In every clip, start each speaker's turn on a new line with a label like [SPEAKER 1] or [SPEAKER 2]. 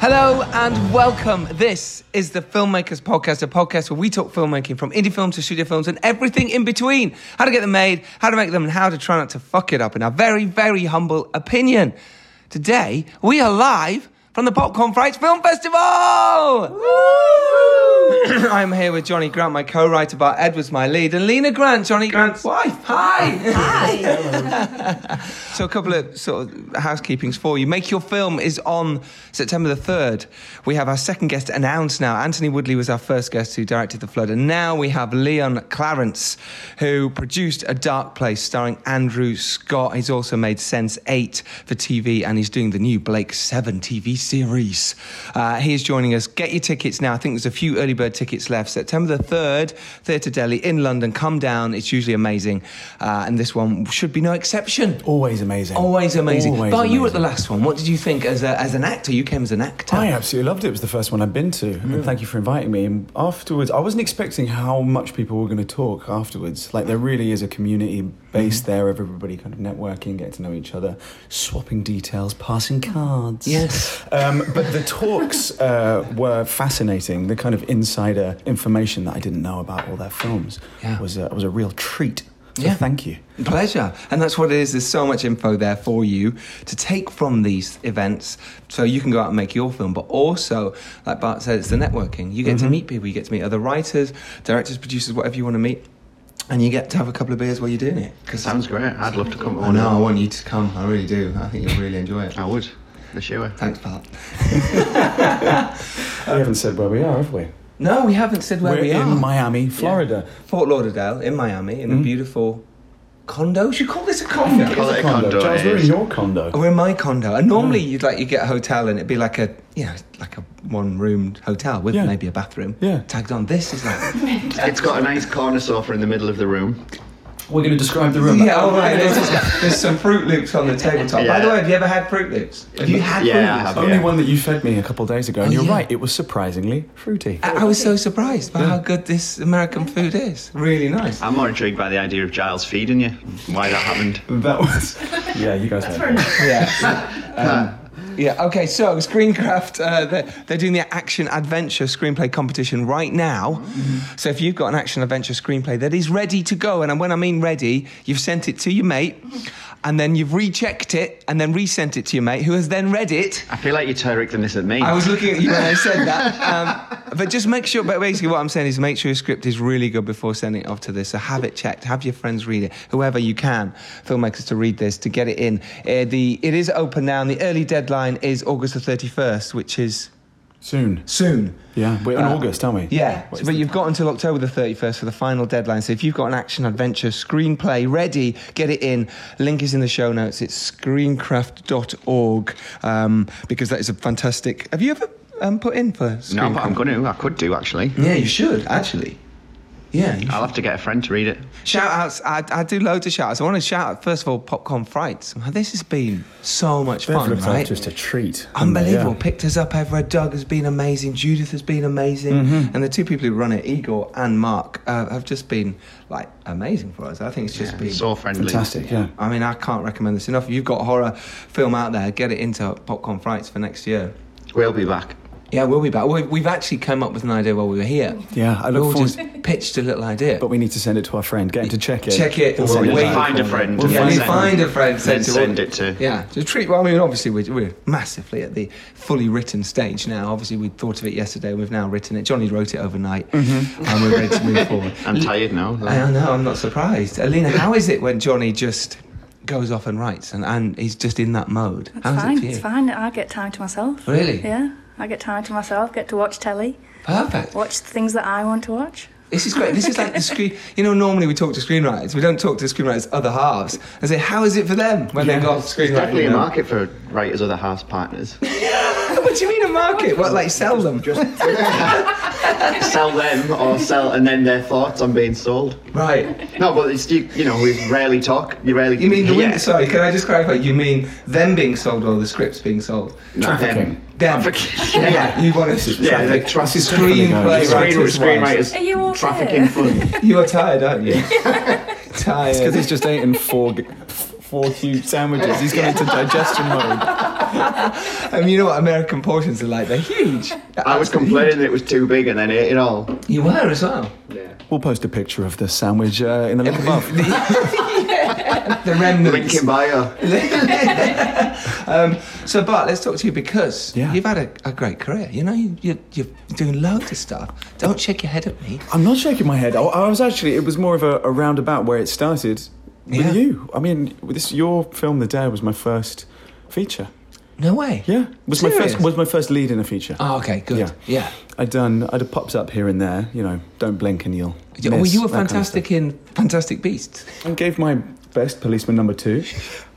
[SPEAKER 1] Hello and welcome. This is the Filmmakers Podcast, a podcast where we talk filmmaking from indie films to studio films and everything in between. How to get them made, how to make them, and how to try not to fuck it up, in our very, very humble opinion. Today, we are live from the Popcorn Frights Film Festival! I'm here with Johnny Grant, my co writer, but Ed was my lead, and Lena Grant, Johnny Grant's wife. Hi! So a couple of sort of housekeepings for you. Make Your Film is on September the 3rd. We have our second guest announced now. Anthony Woodley was our first guest who directed The Flood. And now we have Leon Clarence, who produced A Dark Place starring Andrew Scott. He's also made Sense 8 for TV and he's doing the new Blake 7 TV series. Uh, he is joining us. Get your tickets now. I think there's a few early bird tickets left. September the 3rd, Theatre Delhi in London. Come down. It's usually amazing. Uh, and this one should be no exception.
[SPEAKER 2] Always amazing.
[SPEAKER 1] Always amazing.
[SPEAKER 2] Always
[SPEAKER 1] but you were at the
[SPEAKER 2] amazing.
[SPEAKER 1] last one. What did you think as, a, as an actor? You came as an actor.
[SPEAKER 2] I absolutely loved it. It was the first one I'd been to.
[SPEAKER 1] Mm.
[SPEAKER 2] And thank you for inviting me. And afterwards, I wasn't expecting how much people were going to talk afterwards. Like, there really is a community
[SPEAKER 1] Mm.
[SPEAKER 2] base there of everybody kind of networking, getting to know each other, swapping details, passing cards.
[SPEAKER 1] Yes.
[SPEAKER 2] Um, but the talks uh, were fascinating. The kind of insider information that I didn't know about all their films
[SPEAKER 1] Yeah.
[SPEAKER 2] was, a, was a real treat. So
[SPEAKER 1] Yeah.
[SPEAKER 2] thank you.
[SPEAKER 1] Pleasure. And that's what it is. There's so much info there for you to take from these events so you can go out and make your film. But also, like Bart said, it's the networking. You get to meet people, you get to meet other writers, directors, producers, whatever you want to meet. And you get to have a couple of beers while you're doing it. Oh, Because
[SPEAKER 3] Sounds great. I'd love to come to
[SPEAKER 1] I
[SPEAKER 3] one.
[SPEAKER 1] know, I want you to come. I really do. I think you'll really enjoy it.
[SPEAKER 3] I would. The shower.
[SPEAKER 1] Thanks, Bart.
[SPEAKER 2] we haven't said where we are, have we?
[SPEAKER 1] No, we haven't said where
[SPEAKER 2] We're
[SPEAKER 1] we
[SPEAKER 2] in
[SPEAKER 1] are.
[SPEAKER 2] Miami, Florida.
[SPEAKER 1] Fort Lauderdale in Miami in a beautiful condo. Should you call this a condo?
[SPEAKER 3] Call it a condo,
[SPEAKER 2] Charles,
[SPEAKER 3] it
[SPEAKER 2] we're in
[SPEAKER 3] is.
[SPEAKER 2] your condo.
[SPEAKER 1] We're Oh, in my condo, and normally you'd like you get a hotel, and it'd be like a you know like a one roomed hotel with
[SPEAKER 2] Yeah.
[SPEAKER 1] maybe a bathroom.
[SPEAKER 2] Yeah.
[SPEAKER 1] Tagged on. This is like
[SPEAKER 3] It's got a nice corner sofa in the middle of the room.
[SPEAKER 2] We're going to describe the room.
[SPEAKER 1] yeah, all right. This is, there's some Fruit Loops on the tabletop. By the
[SPEAKER 3] Yeah.
[SPEAKER 1] way, have you ever had Fruit Loops? Have you had
[SPEAKER 3] Yeah, I
[SPEAKER 1] Fruit Loops?
[SPEAKER 3] have.
[SPEAKER 2] Only
[SPEAKER 3] Yeah.
[SPEAKER 2] one that you fed me a couple of days ago, and
[SPEAKER 1] Oh,
[SPEAKER 2] you're
[SPEAKER 1] yeah.
[SPEAKER 2] right, it was surprisingly fruity.
[SPEAKER 1] I I was so surprised by how good this American food is. Really nice.
[SPEAKER 3] I'm more intrigued by the idea of Giles feeding you. Why that happened.
[SPEAKER 2] That was. Yeah, you guys know.
[SPEAKER 1] yeah. Um, yeah. Okay. So Screencraft, uh, they're, they're doing the action adventure screenplay competition right now. So if you've got an action adventure screenplay that is ready to go, and when I mean ready, you've sent it to your mate, and then you've rechecked it, and then resent it to your mate, who has then read it.
[SPEAKER 3] I feel like you're directing this at me.
[SPEAKER 1] I was looking at you when I said that. Um, but just make sure, but basically, what I'm saying is make sure your script is really good before sending it off to this. So have it checked, have your friends read it, whoever you can, filmmakers to read this, to get it in. Uh, the It is open now, and the early deadline is August the 31st, which is
[SPEAKER 2] Soon.
[SPEAKER 1] soon.
[SPEAKER 2] Yeah, we're in
[SPEAKER 1] Uh,
[SPEAKER 2] August, aren't we?
[SPEAKER 1] Yeah,
[SPEAKER 2] What is
[SPEAKER 1] but
[SPEAKER 2] the-
[SPEAKER 1] you've got until October the 31st for the final deadline. So if you've got an action adventure screenplay ready, get it in. Link is in the show notes. It's screencraft.org um, because that is a fantastic. Have you ever um, put in for screencraft?
[SPEAKER 3] no, but I'm going to. I could do actually.
[SPEAKER 1] Yeah, you should, actually. Yeah. you
[SPEAKER 2] Uh,
[SPEAKER 3] I'll have to get a friend to read it.
[SPEAKER 1] should. Shout outs. I, I do loads of shout outs. I want to shout out, first of all, Popcorn Frights. Man, This has been so much
[SPEAKER 2] They've
[SPEAKER 1] fun,
[SPEAKER 2] looked after
[SPEAKER 1] right?
[SPEAKER 2] us to treat.
[SPEAKER 1] Unbelievable.
[SPEAKER 2] Yeah.
[SPEAKER 1] Picked us up everywhere. Doug has been amazing. Judith has been amazing.
[SPEAKER 2] Mm-hmm.
[SPEAKER 1] And the two people who run it, Igor and Mark, uh, have just been like amazing for us. I think it's just been.
[SPEAKER 3] So friendly.
[SPEAKER 2] Fantastic, yeah.
[SPEAKER 1] I mean, I can't recommend this enough. If you've got a horror film out there, get it into Popcorn Frights for next year.
[SPEAKER 3] We'll be back.
[SPEAKER 1] Yeah, we'll be back. We- We've actually come up with an idea while we were here.
[SPEAKER 2] Yeah, I
[SPEAKER 1] We
[SPEAKER 2] look
[SPEAKER 1] all
[SPEAKER 2] forward-
[SPEAKER 1] just pitched a little idea.
[SPEAKER 2] But we need to send it to our friend, get him to check it.
[SPEAKER 1] Check it.
[SPEAKER 2] We'll send
[SPEAKER 1] Wait.
[SPEAKER 2] back.
[SPEAKER 3] Find a friend.
[SPEAKER 2] We'll
[SPEAKER 1] yeah,
[SPEAKER 3] find
[SPEAKER 1] we
[SPEAKER 3] it.
[SPEAKER 1] find a friend, send,
[SPEAKER 3] Then
[SPEAKER 1] to
[SPEAKER 3] send it to-
[SPEAKER 1] Yeah, to treat. Well, I mean, obviously we're, we're massively at the fully written stage now. Obviously we thought of it yesterday. We've now written it. Johnny wrote it overnight,
[SPEAKER 3] Mm-hmm.
[SPEAKER 1] and we're ready to move forward.
[SPEAKER 3] I'm tired now.
[SPEAKER 1] I don't know. I'm not surprised. Alina, how is it when Johnny just goes off and writes, and, and he's just in that mode?
[SPEAKER 4] It's
[SPEAKER 1] How's
[SPEAKER 4] fine.
[SPEAKER 1] it for you?
[SPEAKER 4] It's fine. I get time to myself.
[SPEAKER 1] Really?
[SPEAKER 4] Yeah. I get time to myself. Get to watch telly.
[SPEAKER 1] Perfect.
[SPEAKER 4] Watch the things that I want to watch.
[SPEAKER 1] This is great. This is like the screen. You know, normally we talk to screenwriters. We don't talk to screenwriters' other halves and say, "How is it for them when they've got screenwriting?"
[SPEAKER 3] Definitely a
[SPEAKER 1] now?"
[SPEAKER 3] market for writers other house partners.
[SPEAKER 1] What do you mean a market? What, like sell them?
[SPEAKER 3] sell them or sell, and then their thoughts on being sold.
[SPEAKER 1] Right.
[SPEAKER 3] No, but it's you. You know, we rarely talk. You rarely.
[SPEAKER 1] You mean the
[SPEAKER 3] Yeah.
[SPEAKER 1] wind? Sorry, can I just clarify? You mean them being sold or the scripts being sold?
[SPEAKER 3] No, them.
[SPEAKER 2] Trafficking.
[SPEAKER 1] Them.
[SPEAKER 3] Trafficking. Yeah.
[SPEAKER 1] Yeah, you want us to
[SPEAKER 3] Yeah,
[SPEAKER 1] traffic.
[SPEAKER 3] the traffic-
[SPEAKER 1] screenplay
[SPEAKER 2] Screen-
[SPEAKER 1] writers. wise.
[SPEAKER 3] screenwriters.
[SPEAKER 4] Are you all
[SPEAKER 3] Trafficking
[SPEAKER 4] here?
[SPEAKER 3] fun.
[SPEAKER 1] You are tired, aren't you? tired.
[SPEAKER 2] Because he's just eating four, four cube sandwiches. He's going into digestion mode.
[SPEAKER 1] I mean, you know what American portions are like? They're huge.
[SPEAKER 3] I was complaining it was too big and then ate it all.
[SPEAKER 1] You were as well.
[SPEAKER 3] Yeah.
[SPEAKER 2] We'll post a picture of the sandwich uh, in the link above.
[SPEAKER 1] The remnants.
[SPEAKER 3] Link in bio.
[SPEAKER 1] um, so, Bart, let's talk to you because
[SPEAKER 2] Yeah.
[SPEAKER 1] you've had a, a great career. You know, you, you, you're doing loads of stuff. Don't shake your head at me.
[SPEAKER 2] I'm not shaking my head. I, I was actually. It was more of a, a roundabout where it started with
[SPEAKER 1] Yeah.
[SPEAKER 2] you. I mean, this your film, The Dare, was my first feature.
[SPEAKER 1] No way.
[SPEAKER 2] Yeah, was my
[SPEAKER 1] Serious?
[SPEAKER 2] first was my first lead in a feature.
[SPEAKER 1] Oh, okay, good. Yeah.
[SPEAKER 2] Yeah. I'd done. I'd have popped up here and there. You know, don't blink and you'll.
[SPEAKER 1] Yeah, well,
[SPEAKER 2] miss,
[SPEAKER 1] you were
[SPEAKER 2] that kind of
[SPEAKER 1] fantastic in Fantastic Beasts.
[SPEAKER 2] stuff. I gave my best policeman number two.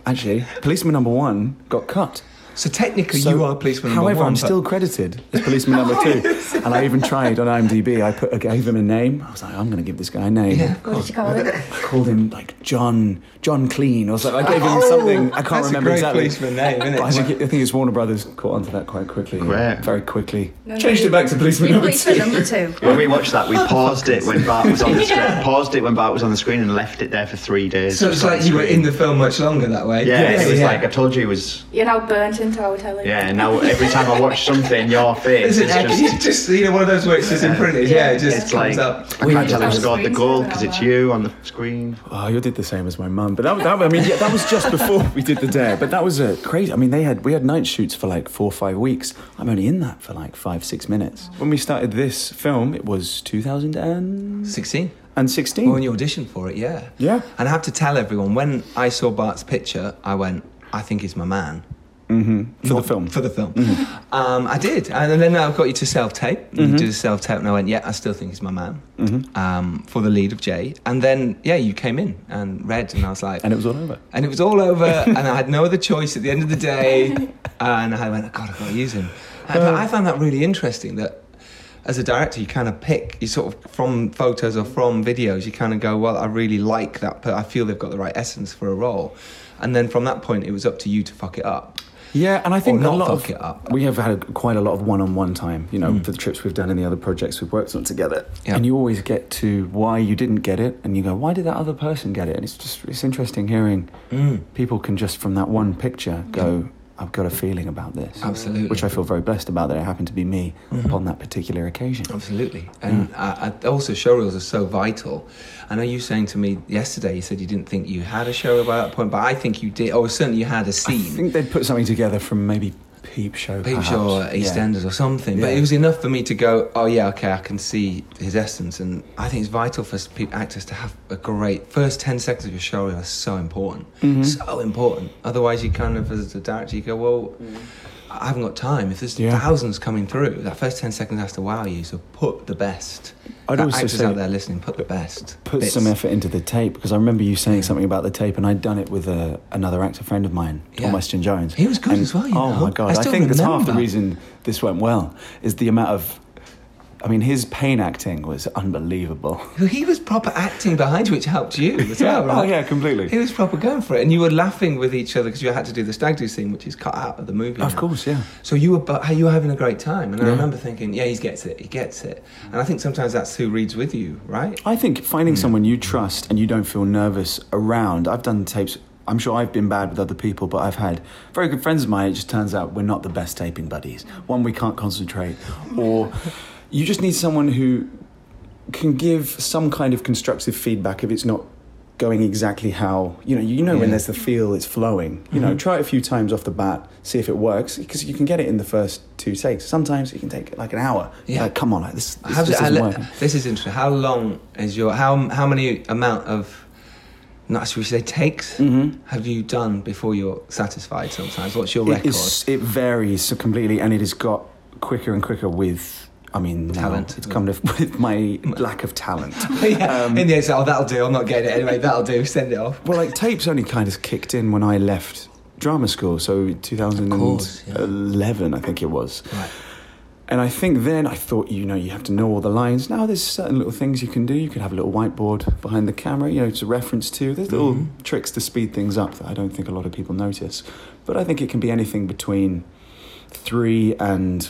[SPEAKER 2] Actually, policeman number one got cut.
[SPEAKER 1] So technically,
[SPEAKER 2] So-
[SPEAKER 1] you are policeman number
[SPEAKER 2] However,
[SPEAKER 1] one.
[SPEAKER 2] I'm
[SPEAKER 1] but-
[SPEAKER 2] still credited as policeman number two, and I even tried on IMDb. I put, I gave him a name. I was like, I'm going to give this guy a name.
[SPEAKER 1] Yeah.
[SPEAKER 4] What did you call it?
[SPEAKER 2] I called him like John John Clean or something. I gave him something. I can't
[SPEAKER 1] Oh, That's
[SPEAKER 2] remember
[SPEAKER 1] a great
[SPEAKER 2] exactly.
[SPEAKER 1] policeman name, isn't it?
[SPEAKER 2] But I think, I think it's Warner Brothers caught onto that quite quickly.
[SPEAKER 3] Great.
[SPEAKER 2] Very quickly.
[SPEAKER 4] No, no,
[SPEAKER 2] Changed
[SPEAKER 4] you-
[SPEAKER 2] it back to policeman number
[SPEAKER 4] Policeman
[SPEAKER 2] two.
[SPEAKER 4] number two.
[SPEAKER 3] When we watched that, we
[SPEAKER 1] Oh,
[SPEAKER 3] paused it when Bart was on the screen. Paused it when Bart was on the screen and left it there for three days.
[SPEAKER 1] so it's like you were in the film much longer that way.
[SPEAKER 3] Yeah, it was
[SPEAKER 1] yeah.
[SPEAKER 3] like I told you it was.
[SPEAKER 4] You're now burnt into our telly.
[SPEAKER 3] Yeah, and now every time I watch something, your face
[SPEAKER 1] Isn't
[SPEAKER 3] is
[SPEAKER 1] it?
[SPEAKER 3] just.
[SPEAKER 1] Just, just you know, one of those works that's imprinted. Yeah, it just
[SPEAKER 3] It's
[SPEAKER 1] comes
[SPEAKER 3] like
[SPEAKER 1] up.
[SPEAKER 3] I can't tell who
[SPEAKER 4] just-
[SPEAKER 3] scored the goal because it's you on the screen.
[SPEAKER 2] Oh, you did the same as my mum, but that, that I mean, yeah, that was just before we did the dare. But that was uh, crazy. I mean, they had we had night shoots for like four or five weeks. I'm only in that for like five six minutes. When we started this film, it was 2016.
[SPEAKER 1] 16. Well, when you auditioned for it, yeah.
[SPEAKER 2] Yeah.
[SPEAKER 1] And I have to tell everyone, when I saw Bart's picture, I went, I think he's my man.
[SPEAKER 2] Mm-hmm. for the film. Mm-hmm.
[SPEAKER 1] For the film. Um, I did. And then I got you to self tape. You did a self tape, and I went, Yeah, I still think he's my man
[SPEAKER 2] Mm-hmm.
[SPEAKER 1] um, for the lead of Jay. And then, yeah, you came in and read, and I was like,
[SPEAKER 2] and it was all over.
[SPEAKER 1] and it was all over, and I had no other choice at the end of the day. And I went, God, I've got to use him. And- but I found that really interesting that as a director, you kind of pick, you sort of from photos or from videos, you kind of go, Well, I really like that, but I feel they've got the right essence for a role. And then from that point, it was up to you to fuck it up.
[SPEAKER 2] Yeah, and I think
[SPEAKER 1] not
[SPEAKER 2] a lot
[SPEAKER 1] fuck
[SPEAKER 2] of
[SPEAKER 1] it up. Mm.
[SPEAKER 2] we have had quite a lot of one-on-one time, you know, for the trips we've done and the other projects we've worked on together.
[SPEAKER 1] Yeah.
[SPEAKER 2] And you always get to why you didn't get it, and you go, why did that other person get it? And it's just it's interesting hearing
[SPEAKER 1] Mm.
[SPEAKER 2] people can just from that one picture go, I've got a feeling about this,
[SPEAKER 1] Absolutely. Mm-hmm.
[SPEAKER 2] which I feel very blessed about that it happened to be me upon that particular occasion.
[SPEAKER 1] Absolutely. And I, I, also, showreels are so vital. I know you were saying to me yesterday, you said you didn't think you had a showreel by that point, but I think you did, or certainly you had a
[SPEAKER 2] I
[SPEAKER 1] scene.
[SPEAKER 2] think they'd put something together from maybe Peep Show,
[SPEAKER 1] Peep
[SPEAKER 2] perhaps.
[SPEAKER 1] Show or
[SPEAKER 2] Yeah.
[SPEAKER 1] EastEnders or something. But
[SPEAKER 2] Yeah.
[SPEAKER 1] it was enough for me to go, oh yeah, okay, I can see his essence. And I think it's vital for pe- actors to have a great first ten seconds of your show are so important,
[SPEAKER 2] Mm-hmm.
[SPEAKER 1] so important. Otherwise, you kind of as a director, you go, well, I haven't got time. If there's
[SPEAKER 2] Mm. Yeah.
[SPEAKER 1] thousands coming through, that first ten seconds has to wow you. So put the best.
[SPEAKER 2] I'd
[SPEAKER 1] That
[SPEAKER 2] also
[SPEAKER 1] actors
[SPEAKER 2] say-
[SPEAKER 1] out there listening, put the best.
[SPEAKER 2] put
[SPEAKER 1] bits.
[SPEAKER 2] some effort into the tape because I remember you saying something about the tape, and I'd done it with a, another actor friend of mine,
[SPEAKER 1] Yeah.
[SPEAKER 2] Tom Weston Jones.
[SPEAKER 1] He was good
[SPEAKER 2] And-
[SPEAKER 1] as well, you
[SPEAKER 2] oh
[SPEAKER 1] know.
[SPEAKER 2] my god!
[SPEAKER 1] I
[SPEAKER 2] I,
[SPEAKER 1] still
[SPEAKER 2] think that's half the
[SPEAKER 1] remember.
[SPEAKER 2] reason this went well is the amount of. I mean, his pain acting was unbelievable.
[SPEAKER 1] He was proper acting behind you, which helped you as well,
[SPEAKER 2] Yeah. Oh,
[SPEAKER 1] right?
[SPEAKER 2] yeah, completely.
[SPEAKER 1] He was proper going for it, and you were laughing with each other because you had to do the stag do scene, which is cut out of the movie.
[SPEAKER 2] Of
[SPEAKER 1] now.
[SPEAKER 2] course, yeah.
[SPEAKER 1] So you were, but you were having a great time, and I
[SPEAKER 2] Yeah.
[SPEAKER 1] remember thinking, yeah, he gets it, he gets it, and I think sometimes that's who reads with you, right?
[SPEAKER 2] I think
[SPEAKER 1] Mm.
[SPEAKER 2] finding someone you trust and you don't feel nervous around. I've done tapes. I'm sure I've been bad with other people, but I've had very good friends of mine. It just turns out we're not the best taping buddies. One, we can't concentrate, or you just need someone who can give some kind of constructive feedback if it's not going exactly how you know you know when
[SPEAKER 1] Yeah. Mm-hmm.
[SPEAKER 2] there's the feel it's flowing you know try it a few times off the bat see if it works because you can get it in the first two takes sometimes it can take like an hour
[SPEAKER 1] Yeah.
[SPEAKER 2] yeah like, come on like, this, this,
[SPEAKER 1] How's
[SPEAKER 2] this
[SPEAKER 1] it- I
[SPEAKER 2] isn't
[SPEAKER 1] le-
[SPEAKER 2] working
[SPEAKER 1] this is interesting. How long is your how how many amount of not should we say takes
[SPEAKER 2] Mm-hmm.
[SPEAKER 1] have you done before you're satisfied? Sometimes, what's your
[SPEAKER 2] It
[SPEAKER 1] record?
[SPEAKER 2] is- it varies so completely, and it has got quicker and quicker with. I mean, now
[SPEAKER 1] Talent.
[SPEAKER 2] it's come to with my lack of talent.
[SPEAKER 1] yeah,
[SPEAKER 2] um
[SPEAKER 1] in the end, it's like, oh, that'll do. I'm not getting it anyway. That'll do. Send it off.
[SPEAKER 2] well, like tapes only kind of kicked in when I left drama school, so
[SPEAKER 1] course, yeah.
[SPEAKER 2] 2011, I think it was.
[SPEAKER 1] Right.
[SPEAKER 2] And I think then I thought, you know, you have to know all the lines. Now there's certain little things you can do. You can have a little whiteboard behind the camera, you know, to reference to. There's little tricks to speed things up that I don't think a lot of people notice. But I think it can be anything between three and,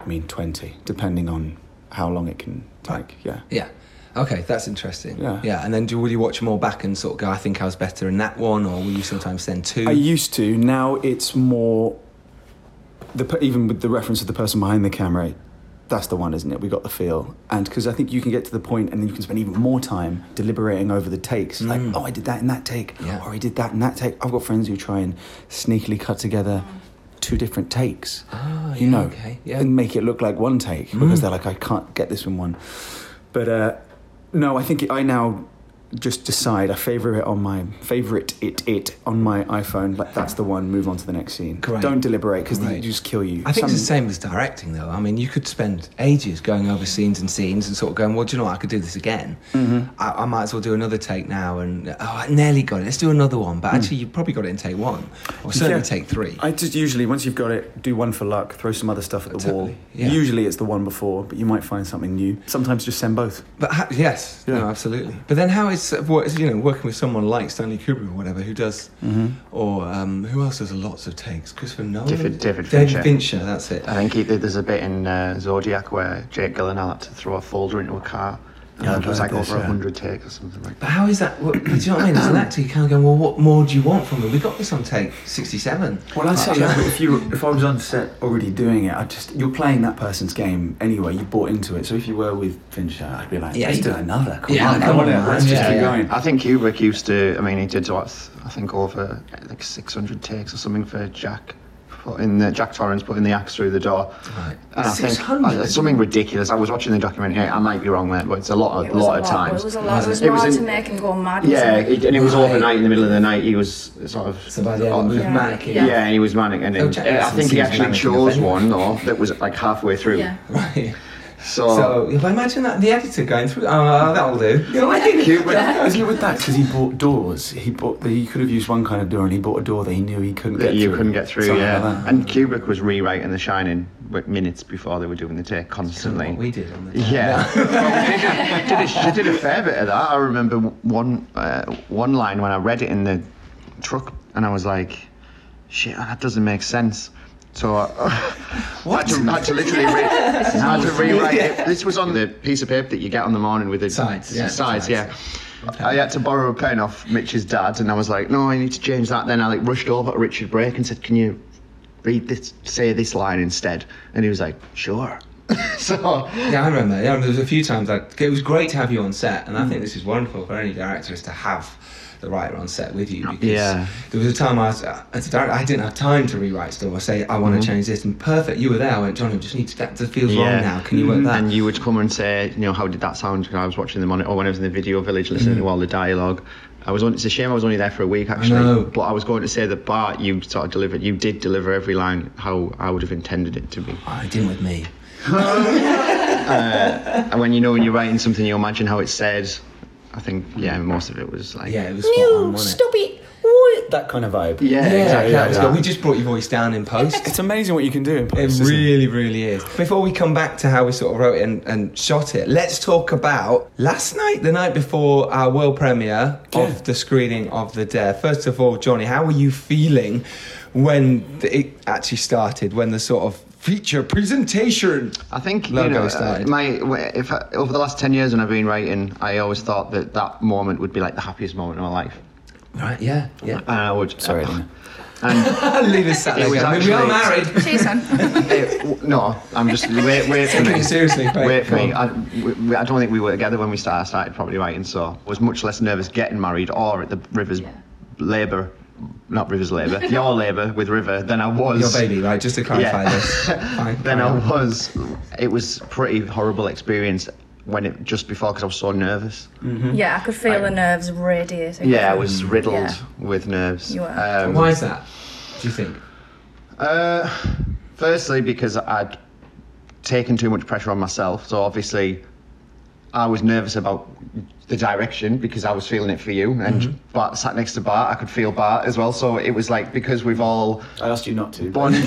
[SPEAKER 2] I mean, 20, depending on how long it can
[SPEAKER 1] Right.
[SPEAKER 2] take. Yeah.
[SPEAKER 1] Yeah. Okay, that's interesting.
[SPEAKER 2] Yeah.
[SPEAKER 1] And then do will you watch them all back and sort of go, I think I was better in that one, or will you sometimes send two?
[SPEAKER 2] I used to. Now it's more the, per- even with the reference of the person behind the camera, that's the one, isn't it? We got the feel. And because I think you can get to the point and then you can spend even more time deliberating over the takes. Like, oh, I did that in that take.
[SPEAKER 1] Mm. Yeah.
[SPEAKER 2] Or I did that in that take. I've got friends who try and sneakily cut together two different takes.
[SPEAKER 1] Ah,
[SPEAKER 2] you
[SPEAKER 1] yeah,
[SPEAKER 2] know,
[SPEAKER 1] okay, yeah. Mm.
[SPEAKER 2] and make it look like one take because they're like, I can't get this in one. But uh, no, I think it, I now just decide. I favour it on my favourite it it on my iPhone. Like that's the one. Move on to the next scene.
[SPEAKER 1] Great.
[SPEAKER 2] Don't deliberate because they
[SPEAKER 1] Great.
[SPEAKER 2] just kill you.
[SPEAKER 1] I think it's the
[SPEAKER 2] Some-
[SPEAKER 1] same as directing, though. I mean, you could spend ages going over scenes and scenes and sort of going, well, do you know what? I could do this again.
[SPEAKER 2] Mm-hmm.
[SPEAKER 1] I, I might as well do another take now. And, oh, I nearly got it. Let's do another one. But actually, you probably got it in take one or certainly
[SPEAKER 2] Hmm. Yeah.
[SPEAKER 1] take three.
[SPEAKER 2] I just usually once you've got it, do one for luck. Throw some other stuff at the wall.
[SPEAKER 1] Totally, yeah.
[SPEAKER 2] Usually it's the one before, but you might find something new. Sometimes just send both.
[SPEAKER 1] But ha- yes,
[SPEAKER 2] Yeah.
[SPEAKER 1] no, absolutely. But then how is uh, what is, you know working with someone like Stanley Kubrick or whatever who does, or um, who else does lots of takes? Christopher Nolan,
[SPEAKER 3] David- David Fincher.
[SPEAKER 1] that's it.
[SPEAKER 3] I think he, there's a bit in uh, Zodiac where Jake Gyllenhaal had to throw a folder into a car. And
[SPEAKER 2] Yeah,
[SPEAKER 3] it was
[SPEAKER 2] I've
[SPEAKER 3] like
[SPEAKER 2] heard this,
[SPEAKER 3] over a
[SPEAKER 2] yeah.
[SPEAKER 3] 100 takes or something like that.
[SPEAKER 1] But how is that? What, do you know what I mean? As an actor, you kind of go, well, what more do you want from them? We got this on take sixty-seven.
[SPEAKER 2] Well, I'd say that if you if I was on set already doing it, I just you're playing that person's game anyway. You bought into it, so if you were with Fincher, I'd be like,
[SPEAKER 1] Yeah,
[SPEAKER 2] let's
[SPEAKER 1] you-
[SPEAKER 2] do another. Come
[SPEAKER 1] Yeah,
[SPEAKER 2] on,
[SPEAKER 1] come on,
[SPEAKER 2] let's
[SPEAKER 1] man.
[SPEAKER 2] just
[SPEAKER 1] Yeah,
[SPEAKER 2] keep
[SPEAKER 1] yeah.
[SPEAKER 2] going.
[SPEAKER 3] I think Kubrick used to. I mean, he did what I think over like 600 takes or something for Jack, putting the Jack Torrance putting the axe through the door.
[SPEAKER 1] Right.
[SPEAKER 3] And I think
[SPEAKER 1] 600?
[SPEAKER 3] uh, something ridiculous. I was watching the documentary. I might be wrong there, but it's a lot of
[SPEAKER 4] It was
[SPEAKER 3] lot,
[SPEAKER 4] a
[SPEAKER 3] of
[SPEAKER 4] lot.
[SPEAKER 3] times.
[SPEAKER 4] It was a lot. It was
[SPEAKER 3] It was
[SPEAKER 4] more
[SPEAKER 3] in-
[SPEAKER 4] to make him go mad.
[SPEAKER 3] Yeah,
[SPEAKER 4] wasn't it?
[SPEAKER 3] it, and it was
[SPEAKER 1] Right.
[SPEAKER 3] overnight in the middle of the night. He was sort of.
[SPEAKER 1] So by the end, it was
[SPEAKER 3] Oh, yeah.
[SPEAKER 1] manic.
[SPEAKER 4] Yeah.
[SPEAKER 3] and he was manic, and
[SPEAKER 1] Oh,
[SPEAKER 3] it-
[SPEAKER 1] Jack
[SPEAKER 3] I
[SPEAKER 1] Nicholson
[SPEAKER 3] think he
[SPEAKER 1] seems
[SPEAKER 3] actually
[SPEAKER 1] manic in the
[SPEAKER 3] chose
[SPEAKER 1] film.
[SPEAKER 3] one though that was like halfway through.
[SPEAKER 4] Yeah.
[SPEAKER 1] Right.
[SPEAKER 3] So,
[SPEAKER 1] So if I imagine that the editor going through, oh, that'll do. You know what I mean?
[SPEAKER 2] But is it with that because he bought doors? He bought the, he could have used one kind of door, and he bought a door that he knew he couldn't
[SPEAKER 3] that
[SPEAKER 2] get
[SPEAKER 3] you
[SPEAKER 2] through.
[SPEAKER 3] couldn't get through,
[SPEAKER 2] Something
[SPEAKER 3] yeah.
[SPEAKER 2] like that.
[SPEAKER 3] and Kubrick was rewriting The Shining wi- minutes before they were doing the take
[SPEAKER 1] What
[SPEAKER 3] constantly.
[SPEAKER 1] we did on the
[SPEAKER 3] Yeah, Well, we did, a, did a fair bit of that. I remember one uh, one line when I read it in the truck, and I was like, "Shit, that doesn't make sense." So I, what? I had to, I had to literally re- I had to rewrite it. This was on the piece of paper that you get on the morning with the
[SPEAKER 1] Sides, yeah.
[SPEAKER 3] sides,
[SPEAKER 1] Sides.
[SPEAKER 3] yeah. I had to borrow a pen off Mitch's dad, and I was like, "No, I need to change that." Then I like rushed over to Richard Brake and said, "Can you read this? Say this line instead?" And he was like, "Sure." so
[SPEAKER 1] Yeah, I remember. Yeah, there was a few times. Like, it was great to have you on set, and I
[SPEAKER 2] Mm.
[SPEAKER 1] think this is wonderful for any director is to have the writer on set with
[SPEAKER 2] Oh,
[SPEAKER 1] you. Because
[SPEAKER 3] Yeah.
[SPEAKER 1] There was a time I was uh, as a director, I didn't have time to rewrite stuff. I say I
[SPEAKER 2] Mm-hmm.
[SPEAKER 1] want to change this, and perfect. You were there. I went, John, I just need to. That that feels wrong now. Can you work that?
[SPEAKER 2] Mm-hmm.
[SPEAKER 3] And you would come and say, you know, how did that sound? Because I was watching them on it, or when I was in the video village listening
[SPEAKER 1] Mm.
[SPEAKER 3] to all the dialogue. I was on, it's a shame I was only there for a week actually.
[SPEAKER 1] know.
[SPEAKER 3] But I was going to say that Bart, you sort of delivered, you did deliver every line how I would have intended it to be.
[SPEAKER 1] oh, it didn't with me.
[SPEAKER 3] And when you know when you're writing something, you imagine how it's said. I think, yeah, most of it was like.
[SPEAKER 1] Yeah, it was spot on, wasn't it?
[SPEAKER 2] it! What? That kind of vibe.
[SPEAKER 3] Yeah,
[SPEAKER 1] Yeah,
[SPEAKER 3] exactly.
[SPEAKER 1] that was
[SPEAKER 2] yeah.
[SPEAKER 1] good. We just brought your voice down in post.
[SPEAKER 2] It's amazing what you can do. In post,
[SPEAKER 1] It
[SPEAKER 2] isn't
[SPEAKER 1] really, really is. Before we come back to how we sort of wrote it and, and shot it, let's talk about last night, the night before our world premiere
[SPEAKER 2] Yeah.
[SPEAKER 1] of the screening of The Dare. First of all, Johnny, how were you feeling when the, it actually started, when the sort of feature presentation?
[SPEAKER 3] I think you
[SPEAKER 1] Logo
[SPEAKER 3] know, uh,
[SPEAKER 1] started.
[SPEAKER 3] my w- if I, over the last ten years when I've been writing, I always thought that that moment would be like the happiest moment of my life.
[SPEAKER 1] Right, yeah, yeah.
[SPEAKER 3] And I would
[SPEAKER 2] Sorry, Lena.
[SPEAKER 3] and
[SPEAKER 1] Leave us sat
[SPEAKER 3] It
[SPEAKER 1] there.
[SPEAKER 3] was
[SPEAKER 1] going, I mean, we are
[SPEAKER 3] actually-
[SPEAKER 1] married.
[SPEAKER 4] She's on.
[SPEAKER 3] Eh, w- no, I'm just wait, wait for
[SPEAKER 1] Taking
[SPEAKER 3] me.
[SPEAKER 1] it seriously, mate.
[SPEAKER 3] Wait for
[SPEAKER 1] Come
[SPEAKER 3] me. I, we, we- I don't think we were together when we started, started properly writing, so I was much less nervous getting married or at the Rivers Labour, not Rivers Labour, your Labour with River than I was.
[SPEAKER 1] Your baby, right? Just to clarify
[SPEAKER 3] Yeah.
[SPEAKER 1] this. Fine,
[SPEAKER 3] Then
[SPEAKER 1] fine.
[SPEAKER 3] I was. It was pretty horrible experience when it just before because I was so nervous.
[SPEAKER 4] Yeah, I could feel the nerves radiating.
[SPEAKER 3] Yeah, I was riddled
[SPEAKER 4] Yeah.
[SPEAKER 3] with nerves.
[SPEAKER 4] You were.
[SPEAKER 3] Um,
[SPEAKER 1] Why is that? Do you think?
[SPEAKER 3] Uh, firstly, because I'd taken too much pressure on myself, so obviously I was nervous about the direction because I was feeling it for you. And Bart sat next to Bart, I could feel Bart as well. So it was like because we've all
[SPEAKER 2] I asked you not to.
[SPEAKER 3] bonded,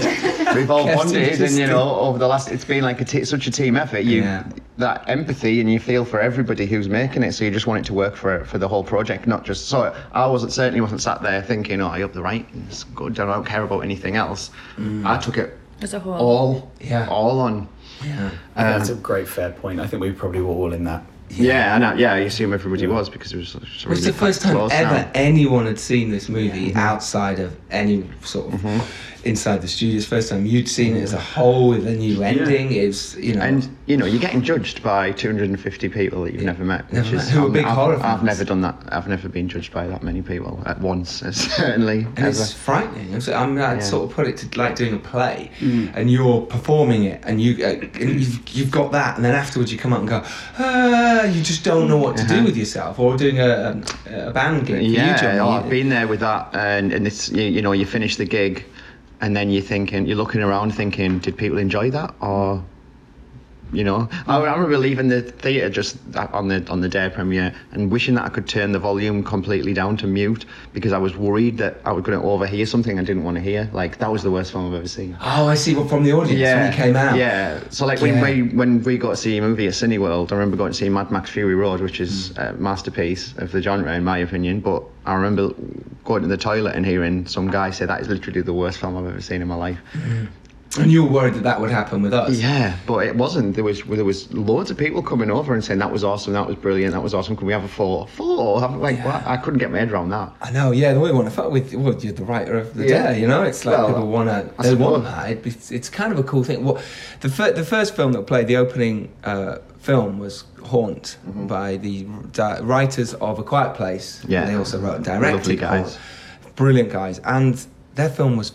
[SPEAKER 3] we've all
[SPEAKER 1] Yes,
[SPEAKER 3] bonded, and you
[SPEAKER 1] interesting.
[SPEAKER 3] know over the last, it's been like a t- such a team effort. You
[SPEAKER 1] Yeah.
[SPEAKER 3] that empathy and you feel for everybody who's making it, so you just want it to work for for the whole project, not just. So I wasn't certainly wasn't sat there thinking, oh, I hope the writing's good. I don't care about anything else. I took it
[SPEAKER 4] As a whole.
[SPEAKER 3] all,
[SPEAKER 1] Mm. Yeah.
[SPEAKER 3] all on.
[SPEAKER 1] Yeah.
[SPEAKER 2] That's a great fair point. I think we probably were all in that
[SPEAKER 3] Yeah, I know. Yeah, you assume everybody was because it was. It
[SPEAKER 1] It was the first time ever anyone had seen this movie outside of any sort of
[SPEAKER 3] Mm-hmm.
[SPEAKER 1] inside the studios. First time you'd seen it as a whole with a new ending. It's you know
[SPEAKER 3] And you know, you're getting judged by 250 people that you've never met.
[SPEAKER 1] Never met. Who are big
[SPEAKER 3] I've,
[SPEAKER 1] horror
[SPEAKER 3] I've
[SPEAKER 1] fans.
[SPEAKER 3] never done that. I've never been judged by that many people at once, certainly.
[SPEAKER 1] and
[SPEAKER 3] ever.
[SPEAKER 1] it's frightening. It's- I mean, I'd sort of put it to like doing a play,
[SPEAKER 3] Mm.
[SPEAKER 1] and you're performing it, and you uh, and you've, you've got that, and then afterwards you come out and go, ah, you just don't know what to do with yourself, or doing a, a, a band gig. for you,
[SPEAKER 3] Uh-huh. Yeah,
[SPEAKER 1] Johnny,
[SPEAKER 3] oh,
[SPEAKER 1] you-
[SPEAKER 3] I've been there with that, and and it's you, you know you finish the gig, and then you're thinking you're looking around thinking, did people enjoy that or, you know, I, I remember leaving the theatre just a- on the on the day of premiere and wishing that I could turn the volume completely down to mute because I was worried that I was going to overhear something I didn't want to hear. Like that was the worst film I've ever seen.
[SPEAKER 1] Oh, I see. Well, from the audience when you came out.
[SPEAKER 3] Yeah. So like when
[SPEAKER 1] Yeah.
[SPEAKER 3] we when we got to see a movie at Cineworld, I remember going to see Mad Max Fury Road, which is
[SPEAKER 1] Mm.
[SPEAKER 3] a masterpiece of the genre in my opinion. But I remember going to the toilet and hearing some guy say that is literally the worst film I've ever seen in my life.
[SPEAKER 1] And you were worried that that would happen with us.
[SPEAKER 3] Yeah, but it wasn't. There was there was loads of people coming over and saying that was awesome, that was brilliant, that was awesome. Can we have a photo? Photo? I'm Like what? I couldn't get my head around that.
[SPEAKER 1] I know, yeah, we want to fuck with. Well, you're the writer of the
[SPEAKER 3] Yeah.
[SPEAKER 1] day, you know. It's like
[SPEAKER 3] Well,
[SPEAKER 1] people want to.
[SPEAKER 3] I
[SPEAKER 1] They want
[SPEAKER 3] suppose.
[SPEAKER 1] that. It'd be, it's kind of a cool thing. Well, the fir- the first film that played the opening uh, film was Haunt by the di- writers of A Quiet Place.
[SPEAKER 3] Mm-hmm. Yeah.
[SPEAKER 1] they also wrote and directed.
[SPEAKER 3] Lovely guys.
[SPEAKER 1] Haunt. brilliant guys, and their film was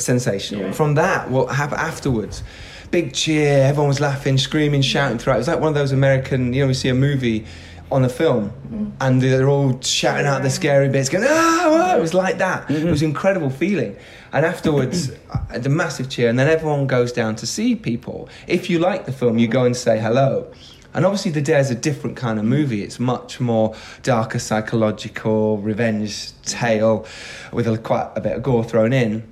[SPEAKER 1] sensational. And From that, what happened afterwards? Big cheer, everyone was laughing, screaming, shouting throughout. It was like one of those American, you know, we see a movie on a film and they're all shouting out the scary bits, going, ah, oh, it was like that.
[SPEAKER 3] Mm-hmm.
[SPEAKER 1] It was an incredible feeling. And afterwards, uh, the massive cheer, and then everyone goes down to see people. If you like the film, you go and say hello. And obviously, The Dare's a different kind of movie. It's much more darker, psychological, revenge tale with a, quite a bit of gore thrown in.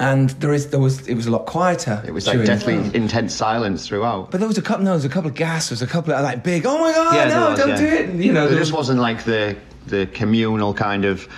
[SPEAKER 1] And there is there was it was a lot quieter.
[SPEAKER 3] It was like
[SPEAKER 1] during-
[SPEAKER 3] deathly intense silence throughout.
[SPEAKER 1] But there was a couple. No, there was a couple of gas. There was a couple of like big. Oh my god!
[SPEAKER 3] Yeah,
[SPEAKER 1] no,
[SPEAKER 3] there was,
[SPEAKER 1] don't
[SPEAKER 3] yeah.
[SPEAKER 1] do it. and, You know,
[SPEAKER 3] there
[SPEAKER 1] there
[SPEAKER 3] just
[SPEAKER 1] was-
[SPEAKER 3] wasn't like the the communal kind of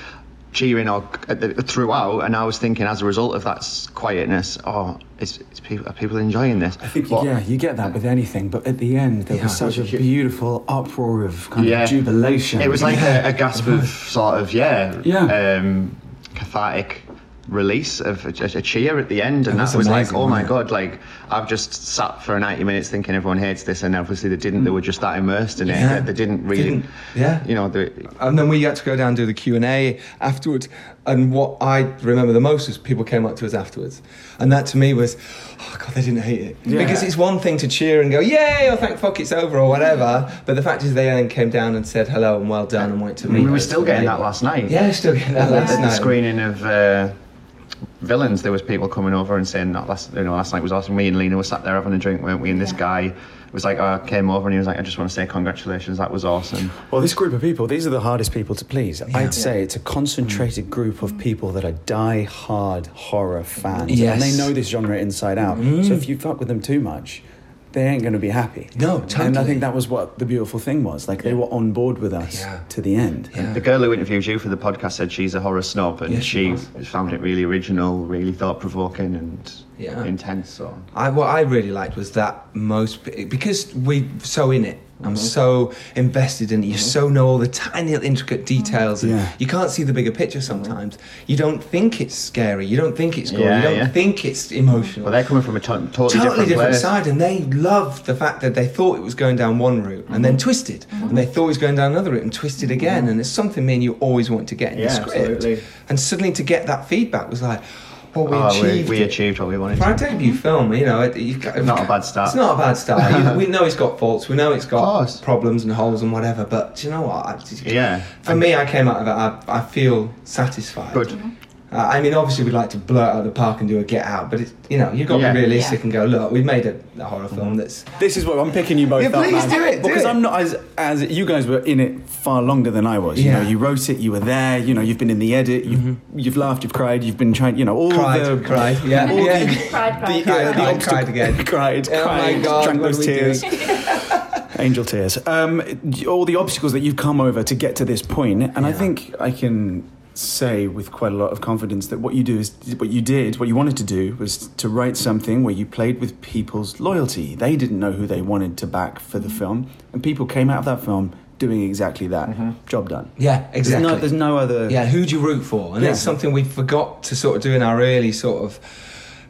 [SPEAKER 3] cheering or uh, throughout. And I was thinking, as a result of that s- quietness, oh, is, is people, are people enjoying this?
[SPEAKER 2] I think, yeah, you get that with anything, but at the end, there was
[SPEAKER 1] Yeah.
[SPEAKER 2] such a beautiful uproar of kind
[SPEAKER 3] Yeah.
[SPEAKER 2] of jubilation.
[SPEAKER 3] It was like a, a gasp of sort of yeah,
[SPEAKER 2] Yeah.
[SPEAKER 3] Um, cathartic release of a, a cheer at the end, and
[SPEAKER 1] That
[SPEAKER 3] that,
[SPEAKER 1] was
[SPEAKER 3] was,
[SPEAKER 1] amazing,
[SPEAKER 3] like, oh my
[SPEAKER 1] wasn't it?
[SPEAKER 3] god, like I've just sat for 90 minutes thinking everyone hates this, and obviously they didn't. They were just that immersed in
[SPEAKER 1] Mm. Yeah.
[SPEAKER 3] it that they didn't really,
[SPEAKER 1] Didn't- yeah.
[SPEAKER 3] you know, they,
[SPEAKER 1] and then we had to go down and do the Q and A afterwards. And what I remember the most was people came up to us afterwards, and that to me was, oh god, they didn't hate it because it's one thing to cheer and go, yay, or thank fuck it's over or whatever. But the fact is, they then came down and said hello and well done and went to meet.
[SPEAKER 3] we were
[SPEAKER 1] us
[SPEAKER 3] still
[SPEAKER 1] and
[SPEAKER 3] getting
[SPEAKER 1] they-
[SPEAKER 3] that last night.
[SPEAKER 1] Yeah, still getting that last
[SPEAKER 3] at the
[SPEAKER 1] night.
[SPEAKER 3] screening of uh, Villains, there was people coming over and saying, "Not last, you know, last night was awesome." Me and Lena were sat there having a drink, weren't we? And this guy was like, "I came over and he was like, I just want to say congratulations, that was awesome."
[SPEAKER 2] Well, this group of people, these are the hardest people to please. I'd say it's a
[SPEAKER 1] Mm.
[SPEAKER 2] concentrated group of people that are die-hard horror fans. And
[SPEAKER 1] Yes. Mm.
[SPEAKER 2] they know this genre inside out. So if you fuck with them too much, they ain't going to be happy.
[SPEAKER 1] No,
[SPEAKER 2] And I
[SPEAKER 1] totally.
[SPEAKER 2] think that was what the beautiful thing was. Like, they were on board with us
[SPEAKER 1] Yeah.
[SPEAKER 2] to the end.
[SPEAKER 1] Yeah.
[SPEAKER 3] The girl who interviewed you for the podcast said she's a horror snob, and
[SPEAKER 1] Yes, she
[SPEAKER 3] she
[SPEAKER 1] was.
[SPEAKER 3] found it really original, really thought provoking, and
[SPEAKER 1] Yeah.
[SPEAKER 3] intense. So.
[SPEAKER 1] I, what I really liked was that most because we're so in it.
[SPEAKER 3] Mm-hmm.
[SPEAKER 1] I'm so invested in it. You so know all the tiny little intricate
[SPEAKER 3] Mm-hmm.
[SPEAKER 1] details, and
[SPEAKER 2] Yeah.
[SPEAKER 1] you can't see the bigger picture sometimes. You don't think it's scary. You don't think it's gory.
[SPEAKER 3] Yeah,
[SPEAKER 1] you don't
[SPEAKER 3] yeah.
[SPEAKER 1] think it's emotional.
[SPEAKER 3] Well, they're coming from a to- totally,
[SPEAKER 1] totally
[SPEAKER 3] different,
[SPEAKER 1] different
[SPEAKER 3] place.
[SPEAKER 1] side, and they loved the fact that they thought it was going down one route and
[SPEAKER 3] Mm-hmm.
[SPEAKER 1] then twisted, and they thought it was going down another route and twisted again. And it's something me and you always want to get in the
[SPEAKER 3] Yeah,
[SPEAKER 1] script.
[SPEAKER 3] absolutely.
[SPEAKER 1] And suddenly to get that feedback was like, well, we
[SPEAKER 3] Oh,
[SPEAKER 1] achieved.
[SPEAKER 3] we,
[SPEAKER 1] it.
[SPEAKER 3] achieved what we wanted.
[SPEAKER 1] For
[SPEAKER 3] to.
[SPEAKER 1] our debut
[SPEAKER 2] Mm-hmm.
[SPEAKER 1] film, you know, it, you've got,
[SPEAKER 3] Not a bad start.
[SPEAKER 1] It's not a bad start. You- we know it's got faults. We know it's
[SPEAKER 3] Of
[SPEAKER 1] got
[SPEAKER 3] course.
[SPEAKER 1] problems and holes and whatever. But do you know what? I,
[SPEAKER 3] Yeah.
[SPEAKER 1] For me, I came out of it. I, I feel satisfied.
[SPEAKER 3] Good.
[SPEAKER 1] Uh, I mean, obviously, we'd like to blur it out of the park and do a get out, but it's, you know, you've got
[SPEAKER 3] Yeah. Mm-hmm.
[SPEAKER 1] to be realistic
[SPEAKER 4] Yeah.
[SPEAKER 1] and go, look, we've made a, a horror film that's.
[SPEAKER 2] This is what I'm picking you both
[SPEAKER 1] Yeah,
[SPEAKER 2] up.
[SPEAKER 1] please
[SPEAKER 2] man.
[SPEAKER 1] do it, do
[SPEAKER 2] because
[SPEAKER 1] it.
[SPEAKER 2] I'm not as as you guys were in it far longer than I was. You
[SPEAKER 1] Yeah. Mm-hmm.
[SPEAKER 2] know, you wrote it, you were there. You know, you've been in the edit, you've you've laughed, you've cried, you've been trying. You know, all
[SPEAKER 1] Cried,
[SPEAKER 2] the
[SPEAKER 1] cried, yeah,
[SPEAKER 2] all
[SPEAKER 1] yeah.
[SPEAKER 2] the-
[SPEAKER 4] Cried,
[SPEAKER 2] the-
[SPEAKER 4] cried,
[SPEAKER 2] the
[SPEAKER 4] cried,
[SPEAKER 1] cried,
[SPEAKER 2] obstacle-
[SPEAKER 1] cried again.
[SPEAKER 2] cried,
[SPEAKER 1] Oh my
[SPEAKER 2] cried,
[SPEAKER 1] God,
[SPEAKER 2] drank
[SPEAKER 1] what
[SPEAKER 2] those
[SPEAKER 1] are we
[SPEAKER 2] tears, angel tears. Um, all the obstacles that you've come over to get to this point, and I think I can say with quite a lot of confidence that what you do is what you did, what you wanted to do was to write something where you played with people's loyalty. They didn't know who they wanted to back for the film, and people came out of that film doing exactly that.
[SPEAKER 1] Mm-hmm.
[SPEAKER 2] Job done.
[SPEAKER 1] Yeah,
[SPEAKER 2] There's
[SPEAKER 1] exactly.
[SPEAKER 2] no, there's no other.
[SPEAKER 1] Yeah, who do you root for? And
[SPEAKER 2] Yeah.
[SPEAKER 1] it's something we forgot to sort of do in our early sort of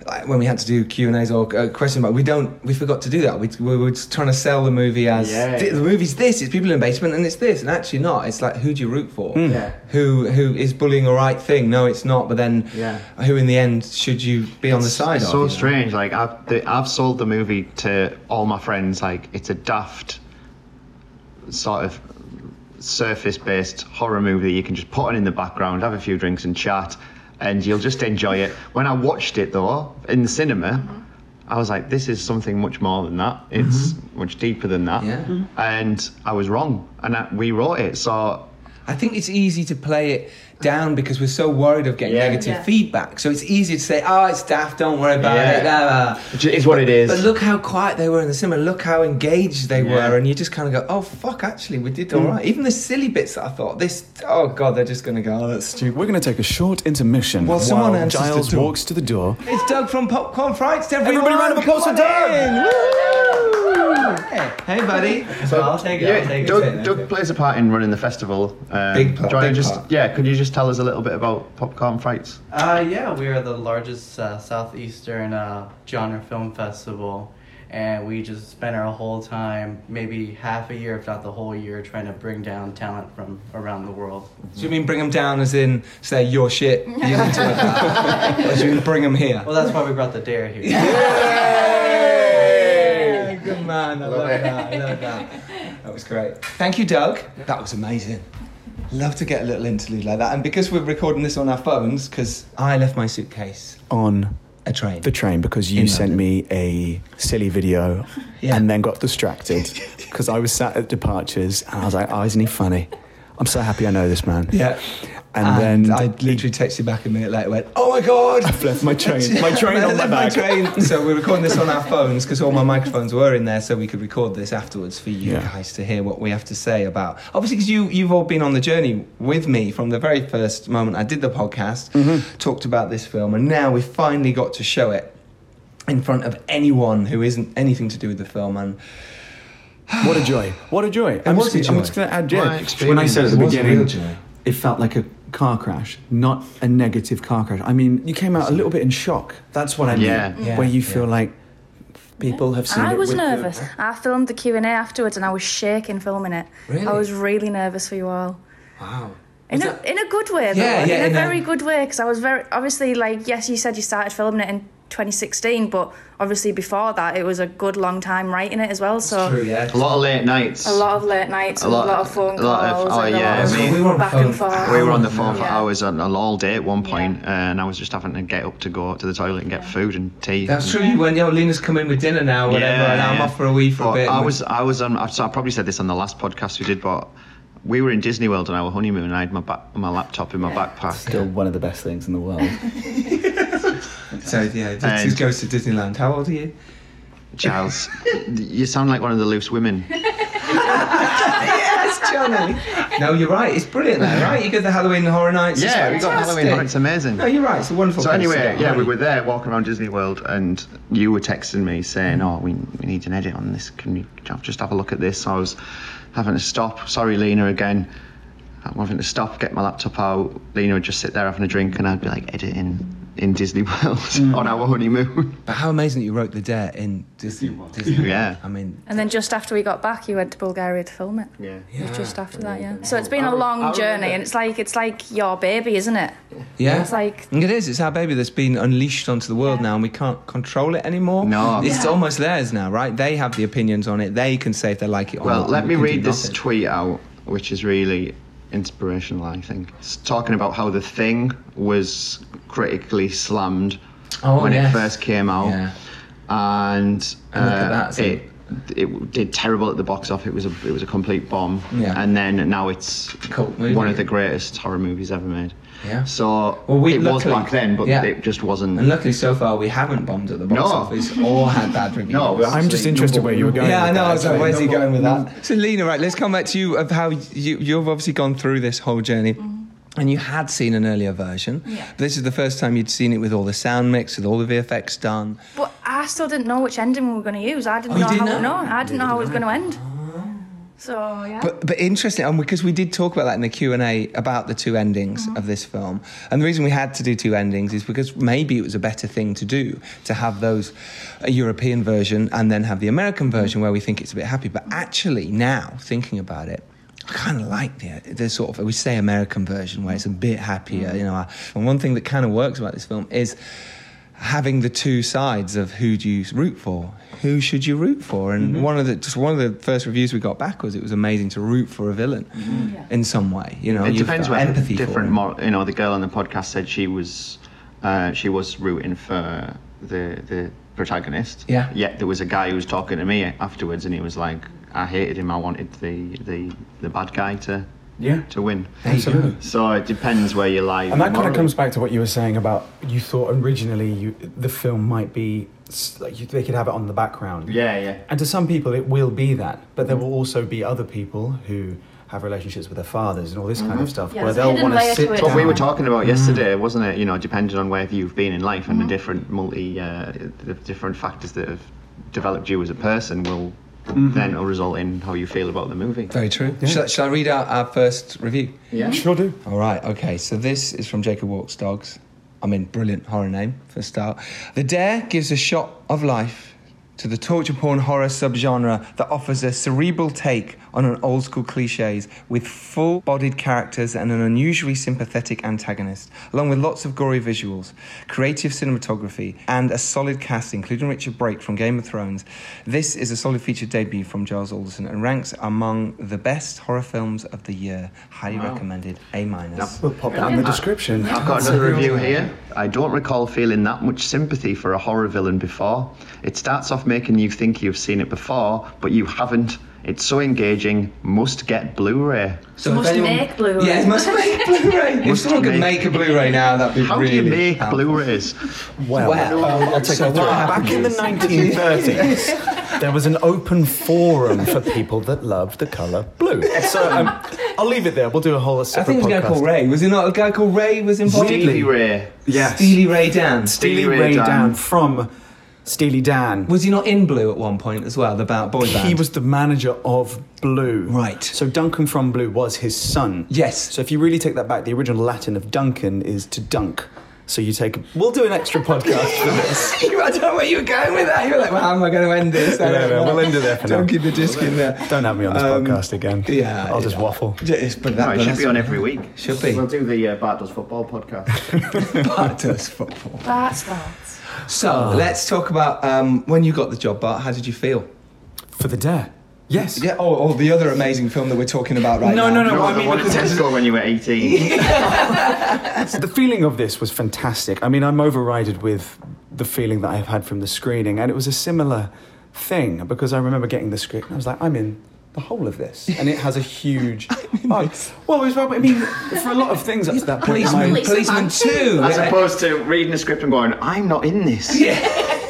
[SPEAKER 1] like when we had to do Q and A's or uh, question, but we don't. We forgot to do that. We, we were just trying to sell the movie as
[SPEAKER 3] Yeah.
[SPEAKER 1] "Th- the movie's this. It's people in the basement and it's this, and actually not. It's like who do you root for?
[SPEAKER 3] Yeah.
[SPEAKER 1] Who who is bullying the right thing? No, it's not. But then
[SPEAKER 3] Yeah.
[SPEAKER 1] who in the end should you be on the side
[SPEAKER 3] It's
[SPEAKER 1] of?
[SPEAKER 3] so
[SPEAKER 1] you know?
[SPEAKER 3] strange. Like I've the, I've sold the movie to all my friends. Like it's a daft sort of surface-based horror movie that you can just put on in the background, have a few drinks and chat, and you'll just enjoy it. When I watched it though in the cinema, I was like, this is something much more than that. It's much deeper than that.
[SPEAKER 1] Yeah. Mhm.
[SPEAKER 3] And I was wrong, and I, we wrote it. So
[SPEAKER 1] I think it's easy to play it down because we're so worried of getting
[SPEAKER 3] Yeah.
[SPEAKER 1] negative
[SPEAKER 4] Yeah.
[SPEAKER 1] feedback. So it's easy to say, "Oh, it's daft. Don't worry about
[SPEAKER 3] Yeah.
[SPEAKER 1] it." Blah, blah.
[SPEAKER 3] It is what it is.
[SPEAKER 1] But look how quiet they were in the cinema. Look how engaged they
[SPEAKER 3] Yeah.
[SPEAKER 1] were, and you just kind of go, "Oh fuck, actually, we did all
[SPEAKER 2] Mm.
[SPEAKER 1] right." Even the silly bits that I thought, "This, oh god, they're just going to go, oh, that's stupid."
[SPEAKER 2] We're going to take a short intermission
[SPEAKER 1] Well,
[SPEAKER 2] while
[SPEAKER 1] someone answers the
[SPEAKER 2] Giles
[SPEAKER 1] door.
[SPEAKER 2] walks to the door.
[SPEAKER 1] It's Doug from Popcorn Frights. Everyone,
[SPEAKER 2] Everybody round of applause for
[SPEAKER 1] come on
[SPEAKER 2] Doug.
[SPEAKER 1] in. Woo! Hey, buddy. So I'll take it. I'll take it.
[SPEAKER 3] Doug, Doug plays a part in running the festival. Um,
[SPEAKER 1] Big part,
[SPEAKER 3] do you wanna
[SPEAKER 1] big
[SPEAKER 3] just,
[SPEAKER 1] part.
[SPEAKER 3] Yeah, could you just tell us a little bit about Popcorn Frights?
[SPEAKER 5] Uh, yeah, we are the largest uh, southeastern uh, genre film festival, and we just spent our whole time, maybe half a year, if not the whole year, trying to bring down talent from around the world.
[SPEAKER 1] Do you mean bring them down as in say your shit? You need to work out. or do you mean bring them here?
[SPEAKER 5] Well, that's why we brought the dare here.
[SPEAKER 1] Yay! Good man, I love, that. I love that. That was great. Thank you, Doug. That was amazing. Love to get a little interlude like that. And because we're recording this on our phones, because I left my suitcase,
[SPEAKER 2] On
[SPEAKER 1] a train.
[SPEAKER 2] the train because you
[SPEAKER 1] In
[SPEAKER 2] sent me a silly video
[SPEAKER 1] Yeah.
[SPEAKER 2] and then got distracted because I was sat at departures and I was like, oh, isn't he funny? I'm so happy I know this man.
[SPEAKER 1] yeah.
[SPEAKER 2] And,
[SPEAKER 1] And
[SPEAKER 2] then
[SPEAKER 1] I literally texted you back a minute later. Went, oh my god!
[SPEAKER 2] I've left my train, my train on my
[SPEAKER 1] Left
[SPEAKER 2] back.
[SPEAKER 1] train. So we're recording this on our phones because all my microphones were in there, so we could record this afterwards for you
[SPEAKER 2] Yeah.
[SPEAKER 1] guys to hear what we have to say about. Obviously, because you you've all been on the journey with me from the very first moment I did the podcast,
[SPEAKER 2] Mm-hmm.
[SPEAKER 1] talked about this film, and now we finally got to show it in front of anyone who isn't anything to do with the film and
[SPEAKER 2] What a joy. What a joy. I'm
[SPEAKER 1] was
[SPEAKER 2] just,
[SPEAKER 1] a
[SPEAKER 2] I'm
[SPEAKER 1] joy.
[SPEAKER 2] just going to add,
[SPEAKER 3] My
[SPEAKER 2] yeah. When I
[SPEAKER 3] experience
[SPEAKER 2] said at the
[SPEAKER 1] was a real
[SPEAKER 2] beginning,
[SPEAKER 1] joy.
[SPEAKER 2] it felt like a car crash, not a negative car crash. I mean, you came out a little bit in shock. That's what I mean.
[SPEAKER 3] Yeah.
[SPEAKER 1] Yeah,
[SPEAKER 2] Where you feel
[SPEAKER 1] yeah.
[SPEAKER 2] like people have seen
[SPEAKER 4] I
[SPEAKER 2] it
[SPEAKER 4] was
[SPEAKER 2] with-
[SPEAKER 4] nervous. I filmed the Q and A afterwards, and I was shaking filming it.
[SPEAKER 1] Really?
[SPEAKER 4] I was really nervous for you all.
[SPEAKER 1] wow.
[SPEAKER 4] In
[SPEAKER 1] Was
[SPEAKER 4] a,
[SPEAKER 1] that-
[SPEAKER 4] in a good way, though.
[SPEAKER 1] Yeah, yeah,
[SPEAKER 4] in a
[SPEAKER 1] in a-
[SPEAKER 4] very good way, because I was very obviously like yes, you said you started filming it in 2016, but obviously before that, it was a good long time writing it as well. So
[SPEAKER 1] True, yeah.
[SPEAKER 3] A lot of late nights.
[SPEAKER 4] a lot of late nights, and a lot, of phone
[SPEAKER 3] a
[SPEAKER 4] calls,
[SPEAKER 3] lot of- oh,
[SPEAKER 4] and a
[SPEAKER 3] yeah,
[SPEAKER 4] lot of
[SPEAKER 3] me- We
[SPEAKER 1] were on
[SPEAKER 4] back
[SPEAKER 1] phone
[SPEAKER 4] and forth.
[SPEAKER 3] We were on the phone for
[SPEAKER 4] Yeah.
[SPEAKER 3] hours and all day at one point, and I was just having to get up to go to the toilet and get food and tea.
[SPEAKER 1] That's true. You went, yo, Lena's come in with dinner now, whatever, and I'm off for a wee for
[SPEAKER 3] But
[SPEAKER 1] a bit.
[SPEAKER 3] I was, I was on. I've- so I probably said this on the last podcast we did, but we were in Disney World on our honeymoon, and I had my back, my laptop in my backpack.
[SPEAKER 2] Still one of the best things in the world.
[SPEAKER 1] So, yeah, this
[SPEAKER 3] And-
[SPEAKER 1] goes to Disneyland. How old are you?
[SPEAKER 3] Giles, you sound like one of the loose women.
[SPEAKER 1] Yes, Johnny. No, you're right. It's brilliant, though, right? You go to the Halloween Horror Nights. it's
[SPEAKER 3] Yeah, we got
[SPEAKER 1] fantastic.
[SPEAKER 3] Halloween. It's amazing.
[SPEAKER 1] No, you're right. It's a wonderful.
[SPEAKER 3] So
[SPEAKER 1] place to
[SPEAKER 3] anyway,
[SPEAKER 1] go,
[SPEAKER 3] yeah,
[SPEAKER 1] right?
[SPEAKER 3] we were there walking around Disney World, and you were texting me saying, "Oh, we, we need an edit on this. Can you can I just have a look at this?" So I was having to stop. Sorry, Lena, again. I'm having to stop, get my laptop out. Lena would just sit there having a drink, and I'd be like editing in Disney World
[SPEAKER 1] Mm.
[SPEAKER 3] on our honeymoon.
[SPEAKER 1] But how amazing that you wrote the dare in Disney. Disney
[SPEAKER 3] Yeah.
[SPEAKER 1] I mean,
[SPEAKER 4] And then just after we got back, you went to Bulgaria to film it.
[SPEAKER 3] Yeah.
[SPEAKER 4] It was just after that, yeah. So it's been a long
[SPEAKER 3] I
[SPEAKER 4] journey,
[SPEAKER 3] remember-
[SPEAKER 4] and it's like it's like your baby, isn't it?
[SPEAKER 1] yeah.
[SPEAKER 4] It's like
[SPEAKER 1] It is. It's our baby that's been unleashed onto the world now, and we can't control it anymore.
[SPEAKER 3] No.
[SPEAKER 1] it's almost theirs now, right? They have the opinions on it. They can say if they like it or not.
[SPEAKER 3] Well, let
[SPEAKER 1] and
[SPEAKER 3] me
[SPEAKER 1] we can do
[SPEAKER 3] read this
[SPEAKER 1] nothing.
[SPEAKER 3] tweet out, which is really inspirational. I think it's talking about how the thing was critically slammed
[SPEAKER 1] Oh,
[SPEAKER 3] when
[SPEAKER 1] yes.
[SPEAKER 3] it first came out.
[SPEAKER 1] Yeah.
[SPEAKER 3] and,
[SPEAKER 1] And look at
[SPEAKER 3] uh,
[SPEAKER 1] that, see?
[SPEAKER 3] it it did terrible at the box office. It was a it was a complete bomb.
[SPEAKER 1] Yeah.
[SPEAKER 3] And then now it's
[SPEAKER 1] Cult movie.
[SPEAKER 3] one of the greatest horror movies ever made.
[SPEAKER 1] Yeah.
[SPEAKER 3] So
[SPEAKER 1] Well, we-
[SPEAKER 3] it was
[SPEAKER 1] luckily-
[SPEAKER 3] back then, but
[SPEAKER 1] yeah.
[SPEAKER 3] it just wasn't.
[SPEAKER 1] And luckily, so far, we haven't bombed at the box
[SPEAKER 3] No.
[SPEAKER 1] office or had bad reviews.
[SPEAKER 3] no, we're
[SPEAKER 2] I'm just
[SPEAKER 3] absolutely
[SPEAKER 2] interested where you were going.
[SPEAKER 1] Yeah, I
[SPEAKER 2] with
[SPEAKER 1] know.
[SPEAKER 2] that,
[SPEAKER 1] I was like,
[SPEAKER 2] actually.
[SPEAKER 1] where's he going with that? So, Lena, right, let's come back to you of how you, you've obviously gone through this whole journey. and you had seen an earlier version.
[SPEAKER 4] Yeah.
[SPEAKER 1] But this is the first time you'd seen it with all the sound mix, with all the VFX done.
[SPEAKER 4] But I still didn't know which ending we were going to use. I
[SPEAKER 1] Oh,
[SPEAKER 4] didn't
[SPEAKER 1] you
[SPEAKER 4] know
[SPEAKER 1] didn't
[SPEAKER 4] how
[SPEAKER 1] know?
[SPEAKER 4] no, I didn't know how it was going to end. So yeah.
[SPEAKER 1] But but interesting, and because we did talk about that in the Q and A about the two endings of this film, and the reason we had to do two endings is because maybe it was a better thing to do to have those a European version and then have the American version where we think it's a bit happy. But actually, now thinking about it. I kind of like the, the sort of we say American version where it's a bit happier, you know. And one thing that kind of works about this film is having the two sides of who do you root for, who should you root for,
[SPEAKER 3] Mm-hmm.
[SPEAKER 1] and one of the just one of the first reviews we got back was it was amazing to root for a villain in some way. You know,
[SPEAKER 3] Mm-hmm. it
[SPEAKER 1] you've
[SPEAKER 3] depends
[SPEAKER 1] got
[SPEAKER 3] where
[SPEAKER 1] empathy for
[SPEAKER 3] different
[SPEAKER 1] him.
[SPEAKER 3] mor- you know the girl on the podcast said she was uh, she was rooting for the the protagonist
[SPEAKER 1] Yeah.
[SPEAKER 3] yet there was a guy who was talking to me afterwards and he was like i hated him i wanted the the the bad guy to
[SPEAKER 2] Yeah.
[SPEAKER 3] to win
[SPEAKER 2] Absolutely.
[SPEAKER 3] so it depends where you lie
[SPEAKER 2] And that kind of
[SPEAKER 3] morally.
[SPEAKER 2] comes back to what you were saying about you thought originally you, the film might be s- like you, they could have it on the background.
[SPEAKER 3] yeah yeah
[SPEAKER 2] And to some people, it will be that, but there will also be other people who have relationships with their fathers and all this kind of stuff,
[SPEAKER 4] Yeah,
[SPEAKER 2] where
[SPEAKER 4] there's a
[SPEAKER 2] they'll
[SPEAKER 4] hidden
[SPEAKER 2] want to
[SPEAKER 4] layer
[SPEAKER 2] sit
[SPEAKER 4] to it.
[SPEAKER 2] down.
[SPEAKER 4] But
[SPEAKER 3] what we were talking
[SPEAKER 2] Mm.
[SPEAKER 3] about yesterday, wasn't it? You know, depending on where you've been in life and the different multi, uh, the different factors that have developed you as a person will
[SPEAKER 2] Mm-hmm.
[SPEAKER 3] then result in how you feel about the movie.
[SPEAKER 1] Very true. Shall, shall I read out our first review?
[SPEAKER 3] Yeah.
[SPEAKER 2] Sure do.
[SPEAKER 1] All right, okay. So this is from Jacob Walks Dogs. I mean, brilliant horror name for a start. The Dare gives a shot of life to the torture porn horror subgenre that offers a cerebral take on an old school cliches with full bodied characters and an unusually sympathetic antagonist, along with lots of gory visuals, creative cinematography, and a solid cast, including Richard Brake from Game of Thrones. This is a solid feature debut from Giles Alderson and ranks among the best horror films of the year. Highly recommended. A minus.
[SPEAKER 2] We'll pop that in the description.
[SPEAKER 3] I've got another review here. I don't recall feeling that much sympathy for a horror villain before. It starts off making you think you've seen it before, but you haven't. It's so engaging. Must get Blu-ray.
[SPEAKER 1] So
[SPEAKER 4] Must
[SPEAKER 1] if
[SPEAKER 4] make Blu-ray.
[SPEAKER 1] Yeah, it must make Blu-ray. if
[SPEAKER 3] Must
[SPEAKER 1] someone could
[SPEAKER 3] make-
[SPEAKER 1] make a Blu-ray now, that'd be
[SPEAKER 3] How
[SPEAKER 1] really.
[SPEAKER 3] do you make
[SPEAKER 1] powerful.
[SPEAKER 3] Blu-rays?
[SPEAKER 2] Well,
[SPEAKER 1] Well,
[SPEAKER 2] um, I'll take
[SPEAKER 1] so
[SPEAKER 2] you through it.
[SPEAKER 1] what
[SPEAKER 2] Back in the 1930s, there was an open forum for people that loved the colour blue. So um, I'll leave it there. We'll do a whole
[SPEAKER 1] I
[SPEAKER 2] separate
[SPEAKER 1] think it was a guy
[SPEAKER 2] podcast.
[SPEAKER 1] called Ray. Was it not a guy called Ray was involved?
[SPEAKER 3] Steely Ray.
[SPEAKER 2] Yes.
[SPEAKER 1] Steely Ray Dan.
[SPEAKER 2] Steely Ray, Dan. from Steely Dan.
[SPEAKER 1] Was he not in Blue at one point as well? The ba- boy band.
[SPEAKER 2] He was the manager of Blue.
[SPEAKER 1] Right.
[SPEAKER 2] So Duncan from Blue was his son.
[SPEAKER 1] Yes.
[SPEAKER 2] So if you really take that back, the original Latin of Duncan is to dunk. So you take. We'll do an extra podcast for this.
[SPEAKER 1] I don't know where you were going with that. You were like, well, how am I going to end this? I
[SPEAKER 2] No,
[SPEAKER 1] don't
[SPEAKER 2] no,
[SPEAKER 1] know.
[SPEAKER 2] we'll end it there for
[SPEAKER 1] Don't
[SPEAKER 2] now.
[SPEAKER 1] keep the disc in there.
[SPEAKER 2] Don't have me on this
[SPEAKER 1] Um,
[SPEAKER 2] podcast again.
[SPEAKER 1] Yeah.
[SPEAKER 2] I'll just
[SPEAKER 1] yeah.
[SPEAKER 2] waffle.
[SPEAKER 1] Yeah, it's- but that,
[SPEAKER 3] No, it
[SPEAKER 1] but
[SPEAKER 3] should
[SPEAKER 1] that's
[SPEAKER 3] be on
[SPEAKER 1] what-
[SPEAKER 3] every week.
[SPEAKER 1] Should be.
[SPEAKER 3] We'll do the uh, Bart Does Football podcast.
[SPEAKER 1] Bart does football.
[SPEAKER 4] That's that.
[SPEAKER 1] So let's talk about um, when you got the job, Bart. How did you feel?
[SPEAKER 2] For the dare. Yes.
[SPEAKER 1] Yeah. Oh, oh, the other amazing film that we're talking about right
[SPEAKER 2] No,
[SPEAKER 1] now.
[SPEAKER 2] no, no. I mean,
[SPEAKER 3] what did Tesco when you were 18?
[SPEAKER 2] the feeling of this was fantastic. I mean, I'm overrided with the feeling that I've had from the screening, and it was a similar thing because I remember getting the script and I was like, I'm in the whole of this, and it has a huge. arc. Well, it was, I mean, for a lot of things up to that point,
[SPEAKER 1] Policeman,
[SPEAKER 2] my,
[SPEAKER 1] policeman two.
[SPEAKER 3] As opposed to reading the script and going, I'm not in this.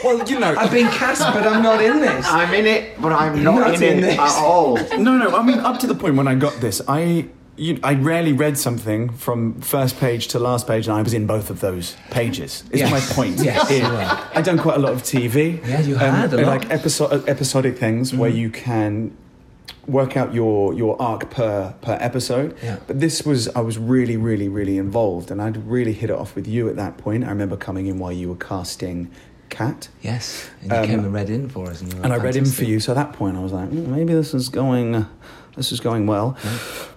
[SPEAKER 2] well, you know,
[SPEAKER 1] I've been cast, but I'm not in this.
[SPEAKER 3] I'm in it, but I'm not,
[SPEAKER 1] Not
[SPEAKER 3] in,
[SPEAKER 1] in
[SPEAKER 3] it
[SPEAKER 1] this.
[SPEAKER 3] at all.
[SPEAKER 2] no, no. I mean, up to the point when I got this, I you, I rarely read something from first page to last page, and I was in both of those pages. Is
[SPEAKER 1] Yes.
[SPEAKER 2] my point.
[SPEAKER 1] Yes,
[SPEAKER 2] Is-
[SPEAKER 1] you were.
[SPEAKER 2] I've done quite a lot of TV.
[SPEAKER 1] Yeah, you had a lot.
[SPEAKER 2] Like episod- episodic things where you can work out your your arc per per episode.
[SPEAKER 1] Yeah.
[SPEAKER 2] But this was I was really really really involved, and I'd really hit it off with you at that point. I remember coming in while you were casting Cat.
[SPEAKER 1] Yes, and you
[SPEAKER 2] Um,
[SPEAKER 1] came and read in for us, and, you were
[SPEAKER 2] And I read him for
[SPEAKER 1] fantastic.
[SPEAKER 2] you, so at that point I was like, "Hmm, maybe this is going, this is going well.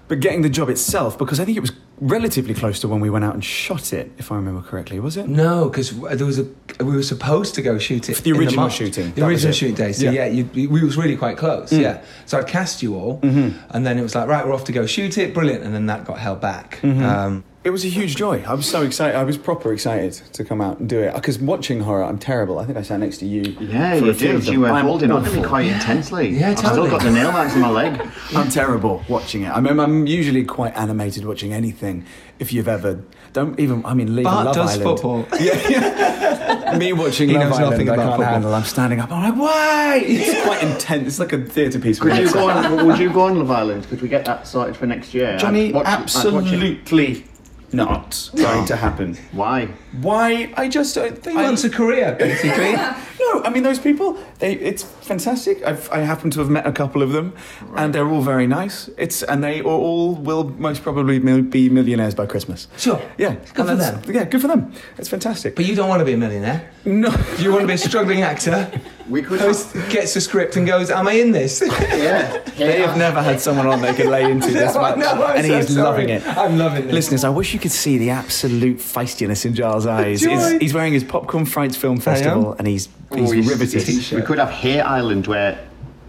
[SPEAKER 2] But getting the job itself, because I think it was relatively close to when we went out and shot it, if I remember correctly, was it?
[SPEAKER 1] No, because there was a we were supposed to go shoot it
[SPEAKER 2] For the
[SPEAKER 1] in
[SPEAKER 2] original
[SPEAKER 1] March.
[SPEAKER 2] shooting,
[SPEAKER 1] the
[SPEAKER 2] that
[SPEAKER 1] original
[SPEAKER 2] was it.
[SPEAKER 1] shoot day. So yeah,
[SPEAKER 2] Yeah. Mm.
[SPEAKER 1] you, you- we was really quite close. Yeah, so I cast you all,
[SPEAKER 2] Mm-hmm.
[SPEAKER 1] and then it was like right, we're off to go shoot it, brilliant, and then that got held back.
[SPEAKER 2] Mm-hmm.
[SPEAKER 1] Um,
[SPEAKER 2] It was a huge joy. I was so excited. I was proper excited to come out and do it because watching horror, I'm terrible. I think I sat next to you.
[SPEAKER 3] Yeah,
[SPEAKER 2] for a
[SPEAKER 3] you
[SPEAKER 2] few of
[SPEAKER 3] did.
[SPEAKER 2] them.
[SPEAKER 3] You were
[SPEAKER 2] I'm
[SPEAKER 3] holding on to me
[SPEAKER 2] awful.
[SPEAKER 3] quite intensely.
[SPEAKER 1] Yeah,
[SPEAKER 3] I've still got
[SPEAKER 1] totally.
[SPEAKER 3] the nail marks on my leg.
[SPEAKER 2] I'm terrible watching it. I mean, I'm usually quite animated watching anything. If you've ever, don't even. I mean, leave
[SPEAKER 1] Bart
[SPEAKER 2] Love
[SPEAKER 1] does
[SPEAKER 2] Island.
[SPEAKER 1] football.
[SPEAKER 2] Yeah, yeah. me watching
[SPEAKER 1] He
[SPEAKER 2] Love
[SPEAKER 1] knows
[SPEAKER 2] Island.
[SPEAKER 1] nothing
[SPEAKER 2] I
[SPEAKER 1] about
[SPEAKER 2] can't
[SPEAKER 1] football.
[SPEAKER 2] handle. I'm standing up. I'm like, why? It's quite intense. It's like a theatre piece.
[SPEAKER 3] Could you go on, would you go on Love Island? Could we get that sorted for next year?
[SPEAKER 2] Johnny?
[SPEAKER 3] I'd watch it- I'd watch it.
[SPEAKER 2] absolutely. not going to happen.
[SPEAKER 3] Why?
[SPEAKER 2] Why? I just uh, don't think.
[SPEAKER 1] He wants a career, basically.
[SPEAKER 2] No, I mean those people. They, it's fantastic. I've, I happen to have met a couple of them, and they're all very nice. It's and they are all will most probably mil- be millionaires by Christmas.
[SPEAKER 1] Sure.
[SPEAKER 2] Yeah.
[SPEAKER 1] Good
[SPEAKER 2] and
[SPEAKER 1] for
[SPEAKER 2] that's-
[SPEAKER 1] them.
[SPEAKER 2] Yeah, good for them. It's fantastic.
[SPEAKER 1] but you don't want to be a millionaire.
[SPEAKER 2] no,
[SPEAKER 1] You want to be a struggling actor
[SPEAKER 3] We could.
[SPEAKER 1] who gets a script and goes, Am I in this?
[SPEAKER 3] yeah.
[SPEAKER 2] they have never had someone on they could lay into this much,
[SPEAKER 1] No, I'm
[SPEAKER 2] and
[SPEAKER 1] so
[SPEAKER 2] he's
[SPEAKER 1] sorry.
[SPEAKER 2] loving it.
[SPEAKER 1] I'm loving this.
[SPEAKER 2] Listeners, I wish you could see the absolute feistiness in Giles' eyes.
[SPEAKER 1] Joy.
[SPEAKER 2] He's, he's wearing his Popcorn Frights Film Festival, and he's he's
[SPEAKER 3] Oh, he's-
[SPEAKER 2] riveted.
[SPEAKER 3] We could have Hate Island where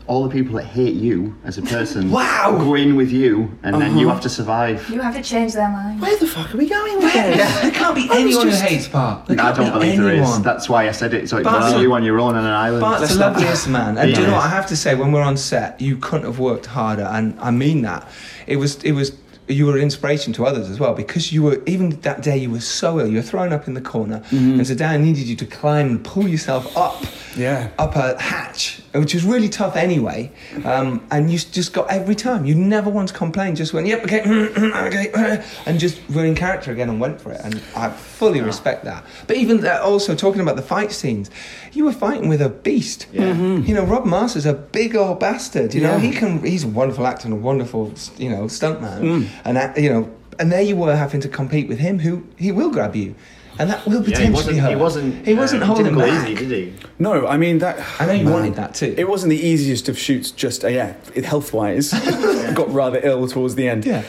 [SPEAKER 3] all the people that hate you as a person
[SPEAKER 1] Wow.
[SPEAKER 3] go in with you and then you have to survive.
[SPEAKER 4] You have to change their mind.
[SPEAKER 2] Where the fuck are we going with this?
[SPEAKER 1] There can't be anyone
[SPEAKER 2] just-
[SPEAKER 1] who hates Bart. There
[SPEAKER 3] I
[SPEAKER 1] can't
[SPEAKER 3] don't
[SPEAKER 1] be
[SPEAKER 3] believe
[SPEAKER 1] anyone.
[SPEAKER 3] there is. That's why I said it. So it's
[SPEAKER 1] Bart's
[SPEAKER 3] only
[SPEAKER 1] a-
[SPEAKER 3] you on your own on an island.
[SPEAKER 1] Bart's the
[SPEAKER 3] Let's not-
[SPEAKER 1] loveliest man. And do you
[SPEAKER 3] Yeah.
[SPEAKER 1] know what I have to say? When we're on set, you couldn't have worked harder, and I mean that. It was it was you were an inspiration to others as well because you were even that day you were so ill. You were thrown up in the corner,
[SPEAKER 3] Mm-hmm.
[SPEAKER 1] and so Dan needed you to climb and pull yourself up.
[SPEAKER 2] Yeah.
[SPEAKER 1] Up a hatch, which was really tough anyway, um, and you s- just got every time. You never once complained. Just went, "Yep, okay, okay," and just were in character again and went for it. And I
[SPEAKER 3] Ah.
[SPEAKER 1] fully respect that. But even that, also talking about the fight scenes, you were fighting with a beast. You know, Rob Masters a big old bastard. You know,
[SPEAKER 2] Yeah.
[SPEAKER 1] he can. He's a wonderful actor and a wonderful, you know, stuntman.
[SPEAKER 3] Mm.
[SPEAKER 1] And uh, you know, and there you were having to compete with him, who he will grab you, and that will
[SPEAKER 3] Yeah, he
[SPEAKER 1] potentially
[SPEAKER 3] wasn't.
[SPEAKER 1] hurt.
[SPEAKER 3] He wasn't.
[SPEAKER 1] He wasn't
[SPEAKER 3] uh,
[SPEAKER 1] holding
[SPEAKER 3] didn't go
[SPEAKER 1] back.
[SPEAKER 3] easy, did he?
[SPEAKER 2] No, I mean that.
[SPEAKER 1] I know you wanted that too.
[SPEAKER 2] It wasn't the easiest of shoots. Just uh, yeah, it, health-wise, got rather ill towards the end.
[SPEAKER 1] Yeah.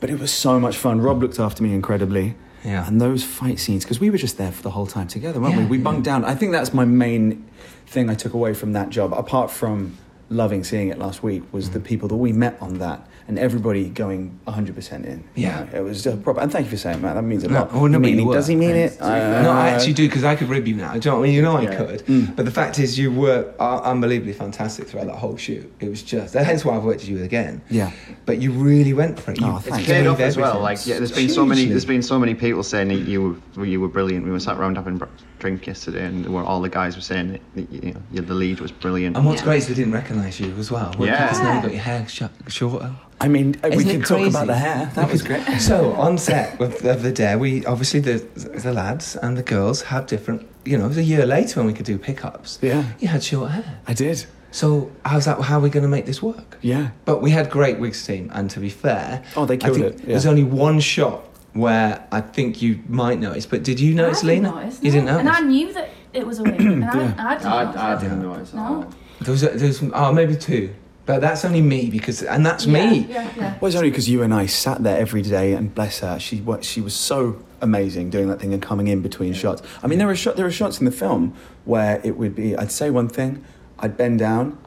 [SPEAKER 2] but it was so much fun. Rob looked after me incredibly.
[SPEAKER 1] Yeah.
[SPEAKER 2] and those fight scenes because we were just there for the whole time together, weren't
[SPEAKER 1] Yeah,
[SPEAKER 2] we? We bunked down. I think that's my main thing I took away from that job, apart from loving seeing it last week, was
[SPEAKER 1] Mm.
[SPEAKER 2] the people that we met on that. And everybody going 100% in.
[SPEAKER 1] Yeah.
[SPEAKER 2] It was a proper. And thank you for saying that. That means a
[SPEAKER 1] No,
[SPEAKER 2] lot.
[SPEAKER 1] I wouldn't have been
[SPEAKER 2] Meaning-
[SPEAKER 1] worse,
[SPEAKER 2] Does he mean
[SPEAKER 1] thanks.
[SPEAKER 2] it? Uh, Mm.
[SPEAKER 1] no, I actually do because I could rib you now. Do you know what I mean? You know I could. But the fact is, you were uh, unbelievably fantastic throughout that whole shoot. It was just, hence why I've worked with you again.
[SPEAKER 2] Yeah.
[SPEAKER 1] But you really went for it. You
[SPEAKER 2] Oh, thanks.
[SPEAKER 3] It's
[SPEAKER 1] gave
[SPEAKER 3] paid off as well.
[SPEAKER 1] everything.
[SPEAKER 3] Like yeah, there's been so many.
[SPEAKER 1] Hugely.
[SPEAKER 3] There's been so many people saying that you were you were brilliant. We were sat round having br- drink yesterday, and there were, all the guys were saying that, that you know, you- the lead was brilliant.
[SPEAKER 1] And what's great is they didn't recognise you as well.
[SPEAKER 3] Yeah.
[SPEAKER 1] Because now you got your hair sh- shorter.
[SPEAKER 2] I mean, uh, we
[SPEAKER 1] Isn't it
[SPEAKER 2] can talk
[SPEAKER 1] crazy?
[SPEAKER 2] about the hair. That was great.
[SPEAKER 1] So on set of, of the day, we obviously the the lads and the girls had different. You know, it was a year later when we could do pickups.
[SPEAKER 2] Yeah.
[SPEAKER 1] You had short hair.
[SPEAKER 2] I did.
[SPEAKER 1] So I was like, well, how are we going to make this work?
[SPEAKER 2] Yeah.
[SPEAKER 1] But we had great wigs team, and to be fair,
[SPEAKER 2] Oh, they killed
[SPEAKER 1] I think
[SPEAKER 2] it, yeah.
[SPEAKER 1] There's only one shot where I think you might notice, but did you notice,
[SPEAKER 6] I didn't
[SPEAKER 1] Lena?
[SPEAKER 6] notice,
[SPEAKER 1] you
[SPEAKER 6] no.
[SPEAKER 1] didn't notice.
[SPEAKER 6] And I knew that it was a wig. and I, I didn't notice.
[SPEAKER 3] didn't know it.
[SPEAKER 6] No.
[SPEAKER 1] There was, a, there was oh maybe two, but that's only me because, and that's me.
[SPEAKER 6] Yeah, yeah, yeah.
[SPEAKER 2] Well, it's only because you and I sat there every day, and bless her, she wa- she was so amazing doing that thing and coming in between shots. I mean, there are shot there are shots in the film where it would be I'd say one thing, I'd bend down.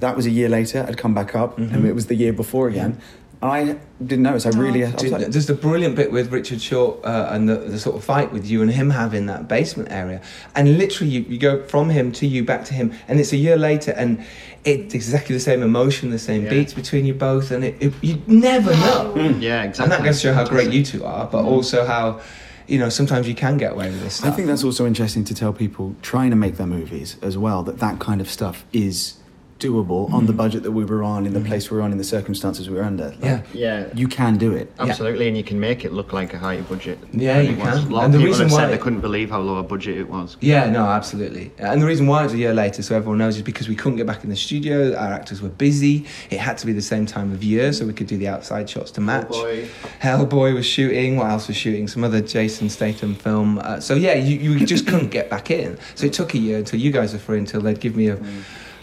[SPEAKER 2] That was a year later. I'd come back up, and it was the year before again. I didn't notice. I really. I was
[SPEAKER 1] Dude,
[SPEAKER 2] like,
[SPEAKER 1] there's the brilliant bit with Richard Short uh, and the, the sort of fight with you and him having that basement area, and literally you, you go from him to you back to him, and it's a year later, and it's exactly the same emotion, the same beats between you both, and it, it you never know.
[SPEAKER 2] Hmm.
[SPEAKER 3] Yeah,
[SPEAKER 1] And
[SPEAKER 3] exactly. Mm.
[SPEAKER 1] that goes to show how great you two are, but also how, you know, sometimes you can get away with this
[SPEAKER 2] I
[SPEAKER 1] stuff.
[SPEAKER 2] think that's also interesting to tell people trying to make their movies as well that that kind of stuff is doable on the budget that we were on, in the place we were on, in the circumstances we were under. Like,
[SPEAKER 1] Yeah.
[SPEAKER 3] Yeah.
[SPEAKER 2] you can do it.
[SPEAKER 3] Absolutely, and you can make it look like a higher budget.
[SPEAKER 1] Yeah,
[SPEAKER 3] than
[SPEAKER 1] you
[SPEAKER 3] it was.
[SPEAKER 1] can.
[SPEAKER 3] A lot
[SPEAKER 1] And
[SPEAKER 3] of
[SPEAKER 1] the
[SPEAKER 3] people
[SPEAKER 1] reason
[SPEAKER 3] have
[SPEAKER 1] why-
[SPEAKER 3] said they couldn't believe how low a budget it was.
[SPEAKER 1] Yeah, no, absolutely. Uh, And the reason why it's a year later, so everyone knows, is because we couldn't get back in the studio. Our actors were busy. It had to be the same time of year, so we could do the outside shots to match.
[SPEAKER 3] Hellboy.
[SPEAKER 1] Hellboy was shooting. What else was shooting? Some other Jason Statham film. Uh, so yeah, you, you just couldn't get back in. So it took a year until you guys were free, until they'd give me a.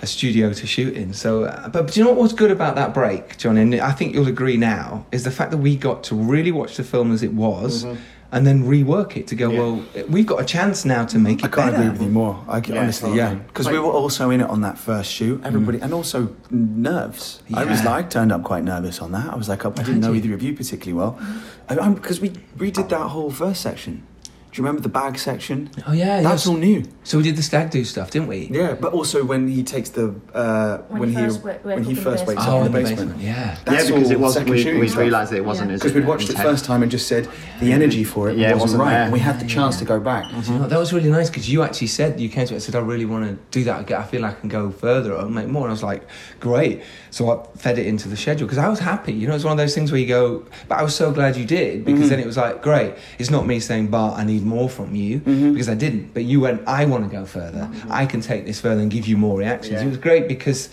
[SPEAKER 1] A studio to shoot in. So, uh, but, do you know what was good about that break, John? And I think you'll agree now is the fact that we got to really watch the film as it was, and then rework it to go.
[SPEAKER 3] Mm-hmm. Yeah.
[SPEAKER 1] Well, we've got a chance now to make it
[SPEAKER 2] I can't
[SPEAKER 1] better.
[SPEAKER 2] agree with you more. I,
[SPEAKER 3] Yeah,
[SPEAKER 2] honestly,
[SPEAKER 3] totally.
[SPEAKER 2] yeah, because we
[SPEAKER 3] Like-
[SPEAKER 2] were also in it on that first shoot. Mm. Everybody, and also nerves. I was
[SPEAKER 1] Yeah.
[SPEAKER 2] like turned up quite nervous on that. I was like, I, I didn't know either of you particularly well, because we redid that whole first section. Do you remember the bag section?
[SPEAKER 1] Oh yeah,
[SPEAKER 2] That's
[SPEAKER 1] yes.
[SPEAKER 2] all new.
[SPEAKER 1] So we did the stag do stuff, didn't we?
[SPEAKER 2] Yeah, but also when he takes the uh,
[SPEAKER 6] When
[SPEAKER 2] when,
[SPEAKER 6] he
[SPEAKER 2] he
[SPEAKER 6] first wa- wakes
[SPEAKER 2] when he
[SPEAKER 6] up in the
[SPEAKER 2] first wakes
[SPEAKER 6] basement.
[SPEAKER 2] up
[SPEAKER 1] Oh,
[SPEAKER 2] in the basement.
[SPEAKER 1] Yeah.
[SPEAKER 2] That's
[SPEAKER 3] yeah,
[SPEAKER 2] all
[SPEAKER 3] because it wasn't.
[SPEAKER 2] second
[SPEAKER 3] We,
[SPEAKER 2] shooting
[SPEAKER 3] we
[SPEAKER 2] stuff.
[SPEAKER 3] realised that it wasn't
[SPEAKER 6] Yeah.
[SPEAKER 3] as
[SPEAKER 2] Because we'd watched it
[SPEAKER 3] intense.
[SPEAKER 2] first time and just said the energy for it
[SPEAKER 3] Yeah, it
[SPEAKER 2] wasn't,
[SPEAKER 3] wasn't
[SPEAKER 2] right,
[SPEAKER 3] there.
[SPEAKER 2] and we had the chance to go back.
[SPEAKER 1] No, Oh, that was really nice because you actually said you came to it and said I really want to do that again. I feel like I can go further or make more. And I was like, great. So I fed it into the schedule because I was happy. You know, it's one of those things where you go, but I was so glad you did
[SPEAKER 2] Mm-hmm.
[SPEAKER 1] because then it was like, great. It's not me saying, Bart, I need more from you
[SPEAKER 2] Mm-hmm.
[SPEAKER 1] because I didn't. But you went, I want to go further. I can take this further and give you more reactions. It was great because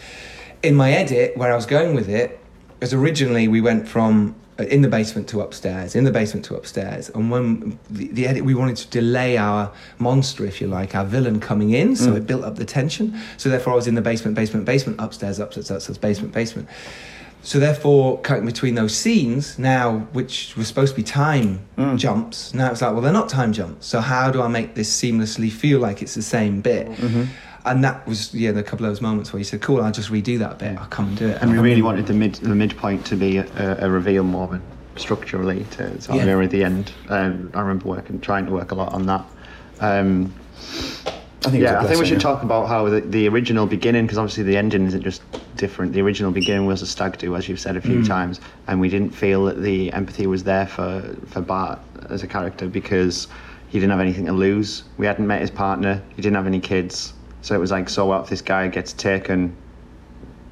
[SPEAKER 1] in my edit where I was going with it, because originally we went from uh, in the basement to upstairs, in the basement to upstairs, and when the, the edit, we wanted to delay our monster, if you like, our villain coming in,
[SPEAKER 3] Mm.
[SPEAKER 1] so it built up the tension. So therefore, I was in the basement, basement, basement, upstairs, upstairs, upstairs, basement, basement. So therefore, cutting between those scenes now, which were supposed to be time
[SPEAKER 3] Mm.
[SPEAKER 1] jumps, now it's like, well, they're not time jumps. So how do I make this seamlessly feel like it's the same bit?
[SPEAKER 3] Mm-hmm.
[SPEAKER 1] And that was yeah, the couple of those moments where you said, "Cool, I'll just redo that bit. I'll come and do it."
[SPEAKER 3] And we really wanted the mid the midpoint to be a, a reveal moment structurally to sort of
[SPEAKER 1] Yeah.
[SPEAKER 3] mirror the end. Um, I remember working trying to work a lot on that. Um,
[SPEAKER 2] I think, it was a
[SPEAKER 3] yeah, I think we
[SPEAKER 2] blessing,
[SPEAKER 3] should
[SPEAKER 2] yeah.
[SPEAKER 3] talk about how the, the original beginning, because obviously the ending isn't just different. The original beginning was a stag do, as you've said a
[SPEAKER 2] Hmm.
[SPEAKER 3] few times, and we didn't feel that the empathy was there for, for Bart as a character because he didn't have anything to lose. We hadn't met his partner, he didn't have any kids. So it was like, so what if this guy gets taken?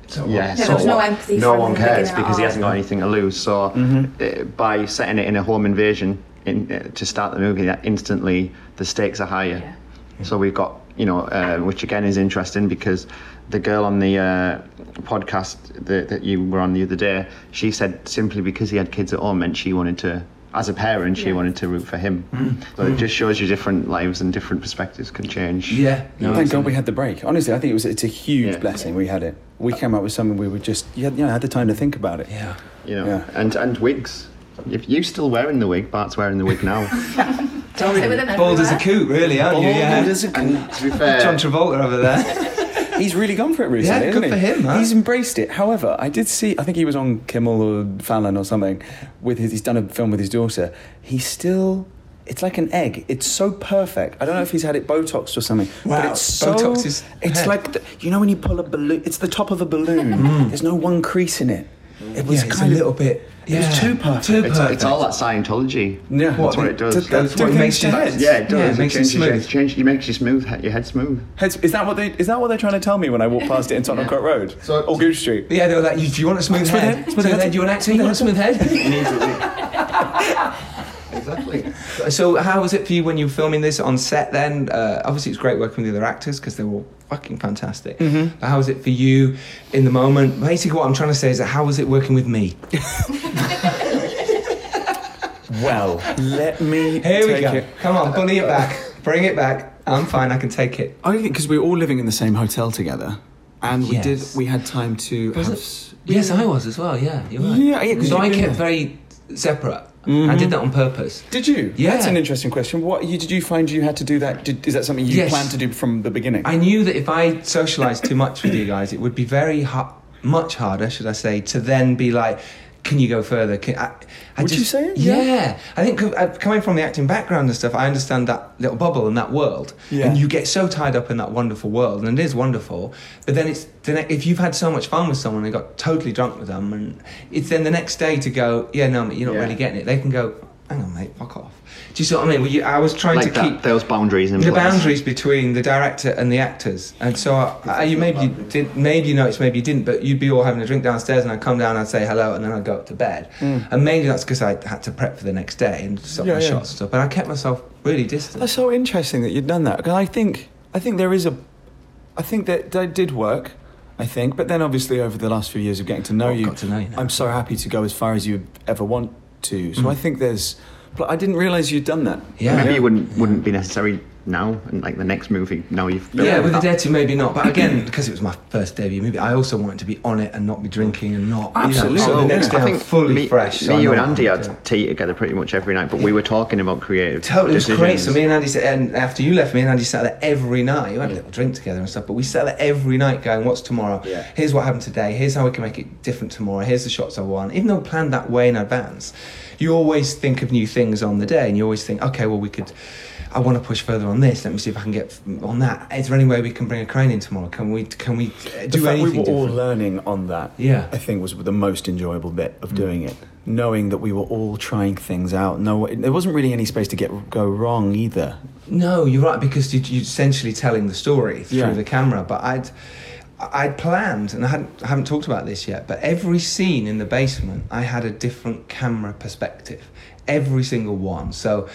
[SPEAKER 1] So
[SPEAKER 3] Yeah,
[SPEAKER 1] what?
[SPEAKER 3] so
[SPEAKER 7] there was no
[SPEAKER 3] what?
[SPEAKER 7] empathy
[SPEAKER 3] No
[SPEAKER 7] from
[SPEAKER 3] one
[SPEAKER 7] the beginning
[SPEAKER 3] cares
[SPEAKER 7] at
[SPEAKER 3] because he
[SPEAKER 7] all.
[SPEAKER 3] hasn't got anything to lose. So
[SPEAKER 7] Mm-hmm.
[SPEAKER 3] uh, by setting it in a home invasion in, uh, to start the movie, that instantly the stakes are higher. So we've got you know, uh, which again is interesting because the girl on the uh, podcast that, that you were on the other day, she said simply because he had kids at home, and she wanted to. As a parent, she wanted to root for him.
[SPEAKER 2] Mm.
[SPEAKER 3] So it just shows you different lives and different perspectives can change.
[SPEAKER 1] Yeah. No,
[SPEAKER 2] Thank God we had the break. Honestly, I think it was it's a huge
[SPEAKER 3] Yeah.
[SPEAKER 2] blessing we had it. We came up with something we were just you had, you know, had the time to think about it.
[SPEAKER 1] Uh, Yeah.
[SPEAKER 3] You know,
[SPEAKER 2] Yeah.
[SPEAKER 3] and and wigs. If you're still wearing the wig, Bart's wearing the wig now.
[SPEAKER 1] Tell
[SPEAKER 6] Sit with him
[SPEAKER 1] bald as a
[SPEAKER 6] everywhere.
[SPEAKER 1] coot, really, aren't you? Yeah.
[SPEAKER 3] And to be fair,
[SPEAKER 1] John Travolta over there.
[SPEAKER 2] He's really gone for it recently.
[SPEAKER 1] Yeah,
[SPEAKER 2] hasn't
[SPEAKER 1] good
[SPEAKER 2] he?
[SPEAKER 1] for him, huh?
[SPEAKER 2] He's embraced it. However, I did see. I think he was on Kimmel or Fallon or something. With his, he's done a film with his daughter. He's still. It's like an egg. It's so perfect. I don't know if he's had it Botox or something, but
[SPEAKER 1] Wow,
[SPEAKER 2] it's so.
[SPEAKER 1] Botox is
[SPEAKER 2] it's
[SPEAKER 1] head.
[SPEAKER 2] like the, you know when you pull a balloon. It's the top of a balloon. There's no one crease in it. It was
[SPEAKER 1] yeah, it's a
[SPEAKER 2] kind of
[SPEAKER 1] little bit.
[SPEAKER 2] it
[SPEAKER 1] Yeah.
[SPEAKER 2] was too perfect.
[SPEAKER 1] Too
[SPEAKER 3] it's,
[SPEAKER 1] perfect.
[SPEAKER 3] it's all that Scientology.
[SPEAKER 2] Yeah.
[SPEAKER 3] that's what
[SPEAKER 2] What,
[SPEAKER 3] it does.
[SPEAKER 2] did that-
[SPEAKER 1] That's what
[SPEAKER 2] Do
[SPEAKER 1] makes you.
[SPEAKER 2] things change?
[SPEAKER 3] yeah, it does.
[SPEAKER 1] Yeah,
[SPEAKER 3] it,
[SPEAKER 1] it makes you
[SPEAKER 3] changes your-
[SPEAKER 1] smooth.
[SPEAKER 3] It, changes, it makes you smooth. Your head smooth.
[SPEAKER 2] Heads, is that what they? Is that what they're trying to tell me when I walk past it in Tottenham Court Road
[SPEAKER 3] So-
[SPEAKER 2] or Goose Street?
[SPEAKER 1] Yeah, they were like, "You- "Do you want a smooth
[SPEAKER 2] Smooth
[SPEAKER 1] head?
[SPEAKER 2] head,
[SPEAKER 1] Smooth head? Do you want acting? You want a smooth head?"
[SPEAKER 3] exactly.
[SPEAKER 1] so, how was it for you when you were filming this on set? Then, uh, obviously, it's great working with the other actors because they were all fucking fantastic. But how was it for you in the moment? Basically, what I'm trying to say is that how was it working with me?
[SPEAKER 2] Well, let me.
[SPEAKER 1] Here we
[SPEAKER 2] take
[SPEAKER 1] go.
[SPEAKER 2] it-
[SPEAKER 1] Come on, bully it back. Bring it back. I'm fine. I can take it.
[SPEAKER 2] I think because we were all living in the same hotel together, and we did.
[SPEAKER 1] Yes.
[SPEAKER 2] We had time to have. s-
[SPEAKER 1] Yes, I was as well. Yeah, you were.
[SPEAKER 2] Yeah, yeah, 'cause
[SPEAKER 1] So
[SPEAKER 2] you've
[SPEAKER 1] I
[SPEAKER 2] been
[SPEAKER 1] kept
[SPEAKER 2] there.
[SPEAKER 1] very separate.
[SPEAKER 2] Mm-hmm.
[SPEAKER 1] I did that on purpose.
[SPEAKER 2] Did you?
[SPEAKER 1] Yeah.
[SPEAKER 2] That's an interesting question. What you, did you find you had to do that? Did, is that something you
[SPEAKER 1] Yes.
[SPEAKER 2] planned to do from the beginning?
[SPEAKER 1] I knew that if I socialized too much with you guys, it would be very ha- much harder, should I say, to then be like, can you go further? Can, I, I
[SPEAKER 2] Would you
[SPEAKER 1] just-
[SPEAKER 2] say it?
[SPEAKER 1] Yeah.
[SPEAKER 2] Yeah.
[SPEAKER 1] I think c- uh, coming from the acting background and stuff, I understand that little bubble and that world.
[SPEAKER 2] Yeah.
[SPEAKER 1] And you get so tied up in that wonderful world, and it is wonderful. But then it's then if you've had so much fun with someone and got totally drunk with them, and it's then the next day to go, yeah, no, mate, you're not
[SPEAKER 3] Yeah.
[SPEAKER 1] really getting it. They can go, hang on, mate, fuck off. Do you see what I mean? Well, you, I was trying
[SPEAKER 3] Like
[SPEAKER 1] to
[SPEAKER 3] that,
[SPEAKER 1] keep
[SPEAKER 3] those boundaries in
[SPEAKER 1] the
[SPEAKER 3] place.
[SPEAKER 1] boundaries between the director and the actors. And so I, I, you maybe you did, maybe you noticed, maybe you didn't, but you'd be all having a drink downstairs, and I'd come down, I'd say hello, and then I'd go up to bed. And maybe that's because I had to prep for the next day and stop
[SPEAKER 2] Hmm. Yeah,
[SPEAKER 1] my
[SPEAKER 2] yeah.
[SPEAKER 1] shots and stuff. But I kept myself really distant.
[SPEAKER 2] That's so interesting that you've done that. 'cause I think I think there is a, I think that that did work. I think, but then obviously over the last few years of getting to know
[SPEAKER 1] Well,
[SPEAKER 2] you,
[SPEAKER 1] got to know you now. Mm.
[SPEAKER 2] I'm so happy to go as far as you ever want to. So I think there's. But I didn't realize you'd done that.
[SPEAKER 1] Yeah.
[SPEAKER 3] Maybe it wouldn't wouldn't be necessary now, and like the next movie. Now you've built
[SPEAKER 1] yeah, with the
[SPEAKER 3] that.
[SPEAKER 1] Dare to, maybe not. But again, because it was my first debut movie, I also wanted to be on it and not be drinking and not. you know,
[SPEAKER 2] Absolutely.
[SPEAKER 1] so the next
[SPEAKER 2] Yeah.
[SPEAKER 1] day,
[SPEAKER 3] I
[SPEAKER 1] I'm
[SPEAKER 3] think
[SPEAKER 1] fully
[SPEAKER 3] me,
[SPEAKER 1] fresh. so
[SPEAKER 3] Me,
[SPEAKER 1] I
[SPEAKER 3] you
[SPEAKER 1] know
[SPEAKER 3] and
[SPEAKER 1] what
[SPEAKER 3] Andy
[SPEAKER 1] I'm
[SPEAKER 3] had
[SPEAKER 1] doing.
[SPEAKER 3] tea together pretty much every night, but we were talking about creative.
[SPEAKER 1] Totally, it was
[SPEAKER 3] decisions.
[SPEAKER 1] great. So me and Andy sat, and after you left, me and Andy sat there every night. We had a little drink together and stuff, but we sat there every night going, "What's tomorrow?
[SPEAKER 3] Yeah.
[SPEAKER 1] Here's what happened today. Here's how we can make it different tomorrow. Here's the shots I want." Even though planned that way in advance, you always think of new things on the day, and you always think, "Okay, well we could." I want to push further on this. Let me see if I can get f- on that. Is there any way we can bring a crane in tomorrow? Can we? Can we uh,
[SPEAKER 2] the
[SPEAKER 1] do
[SPEAKER 2] fact we
[SPEAKER 1] anything
[SPEAKER 2] were all
[SPEAKER 1] different?
[SPEAKER 2] learning on that
[SPEAKER 1] Yeah. Mm.
[SPEAKER 2] i think was the most enjoyable bit of doing it knowing that we were all trying things out no there wasn't really any space to get go wrong either
[SPEAKER 1] No, you're right because you, you're essentially telling the story through
[SPEAKER 2] Yeah.
[SPEAKER 1] the camera. But I'd I'd planned, and I hadn't I haven't talked about this yet. But every scene in the basement, I had a different camera perspective, every single one. So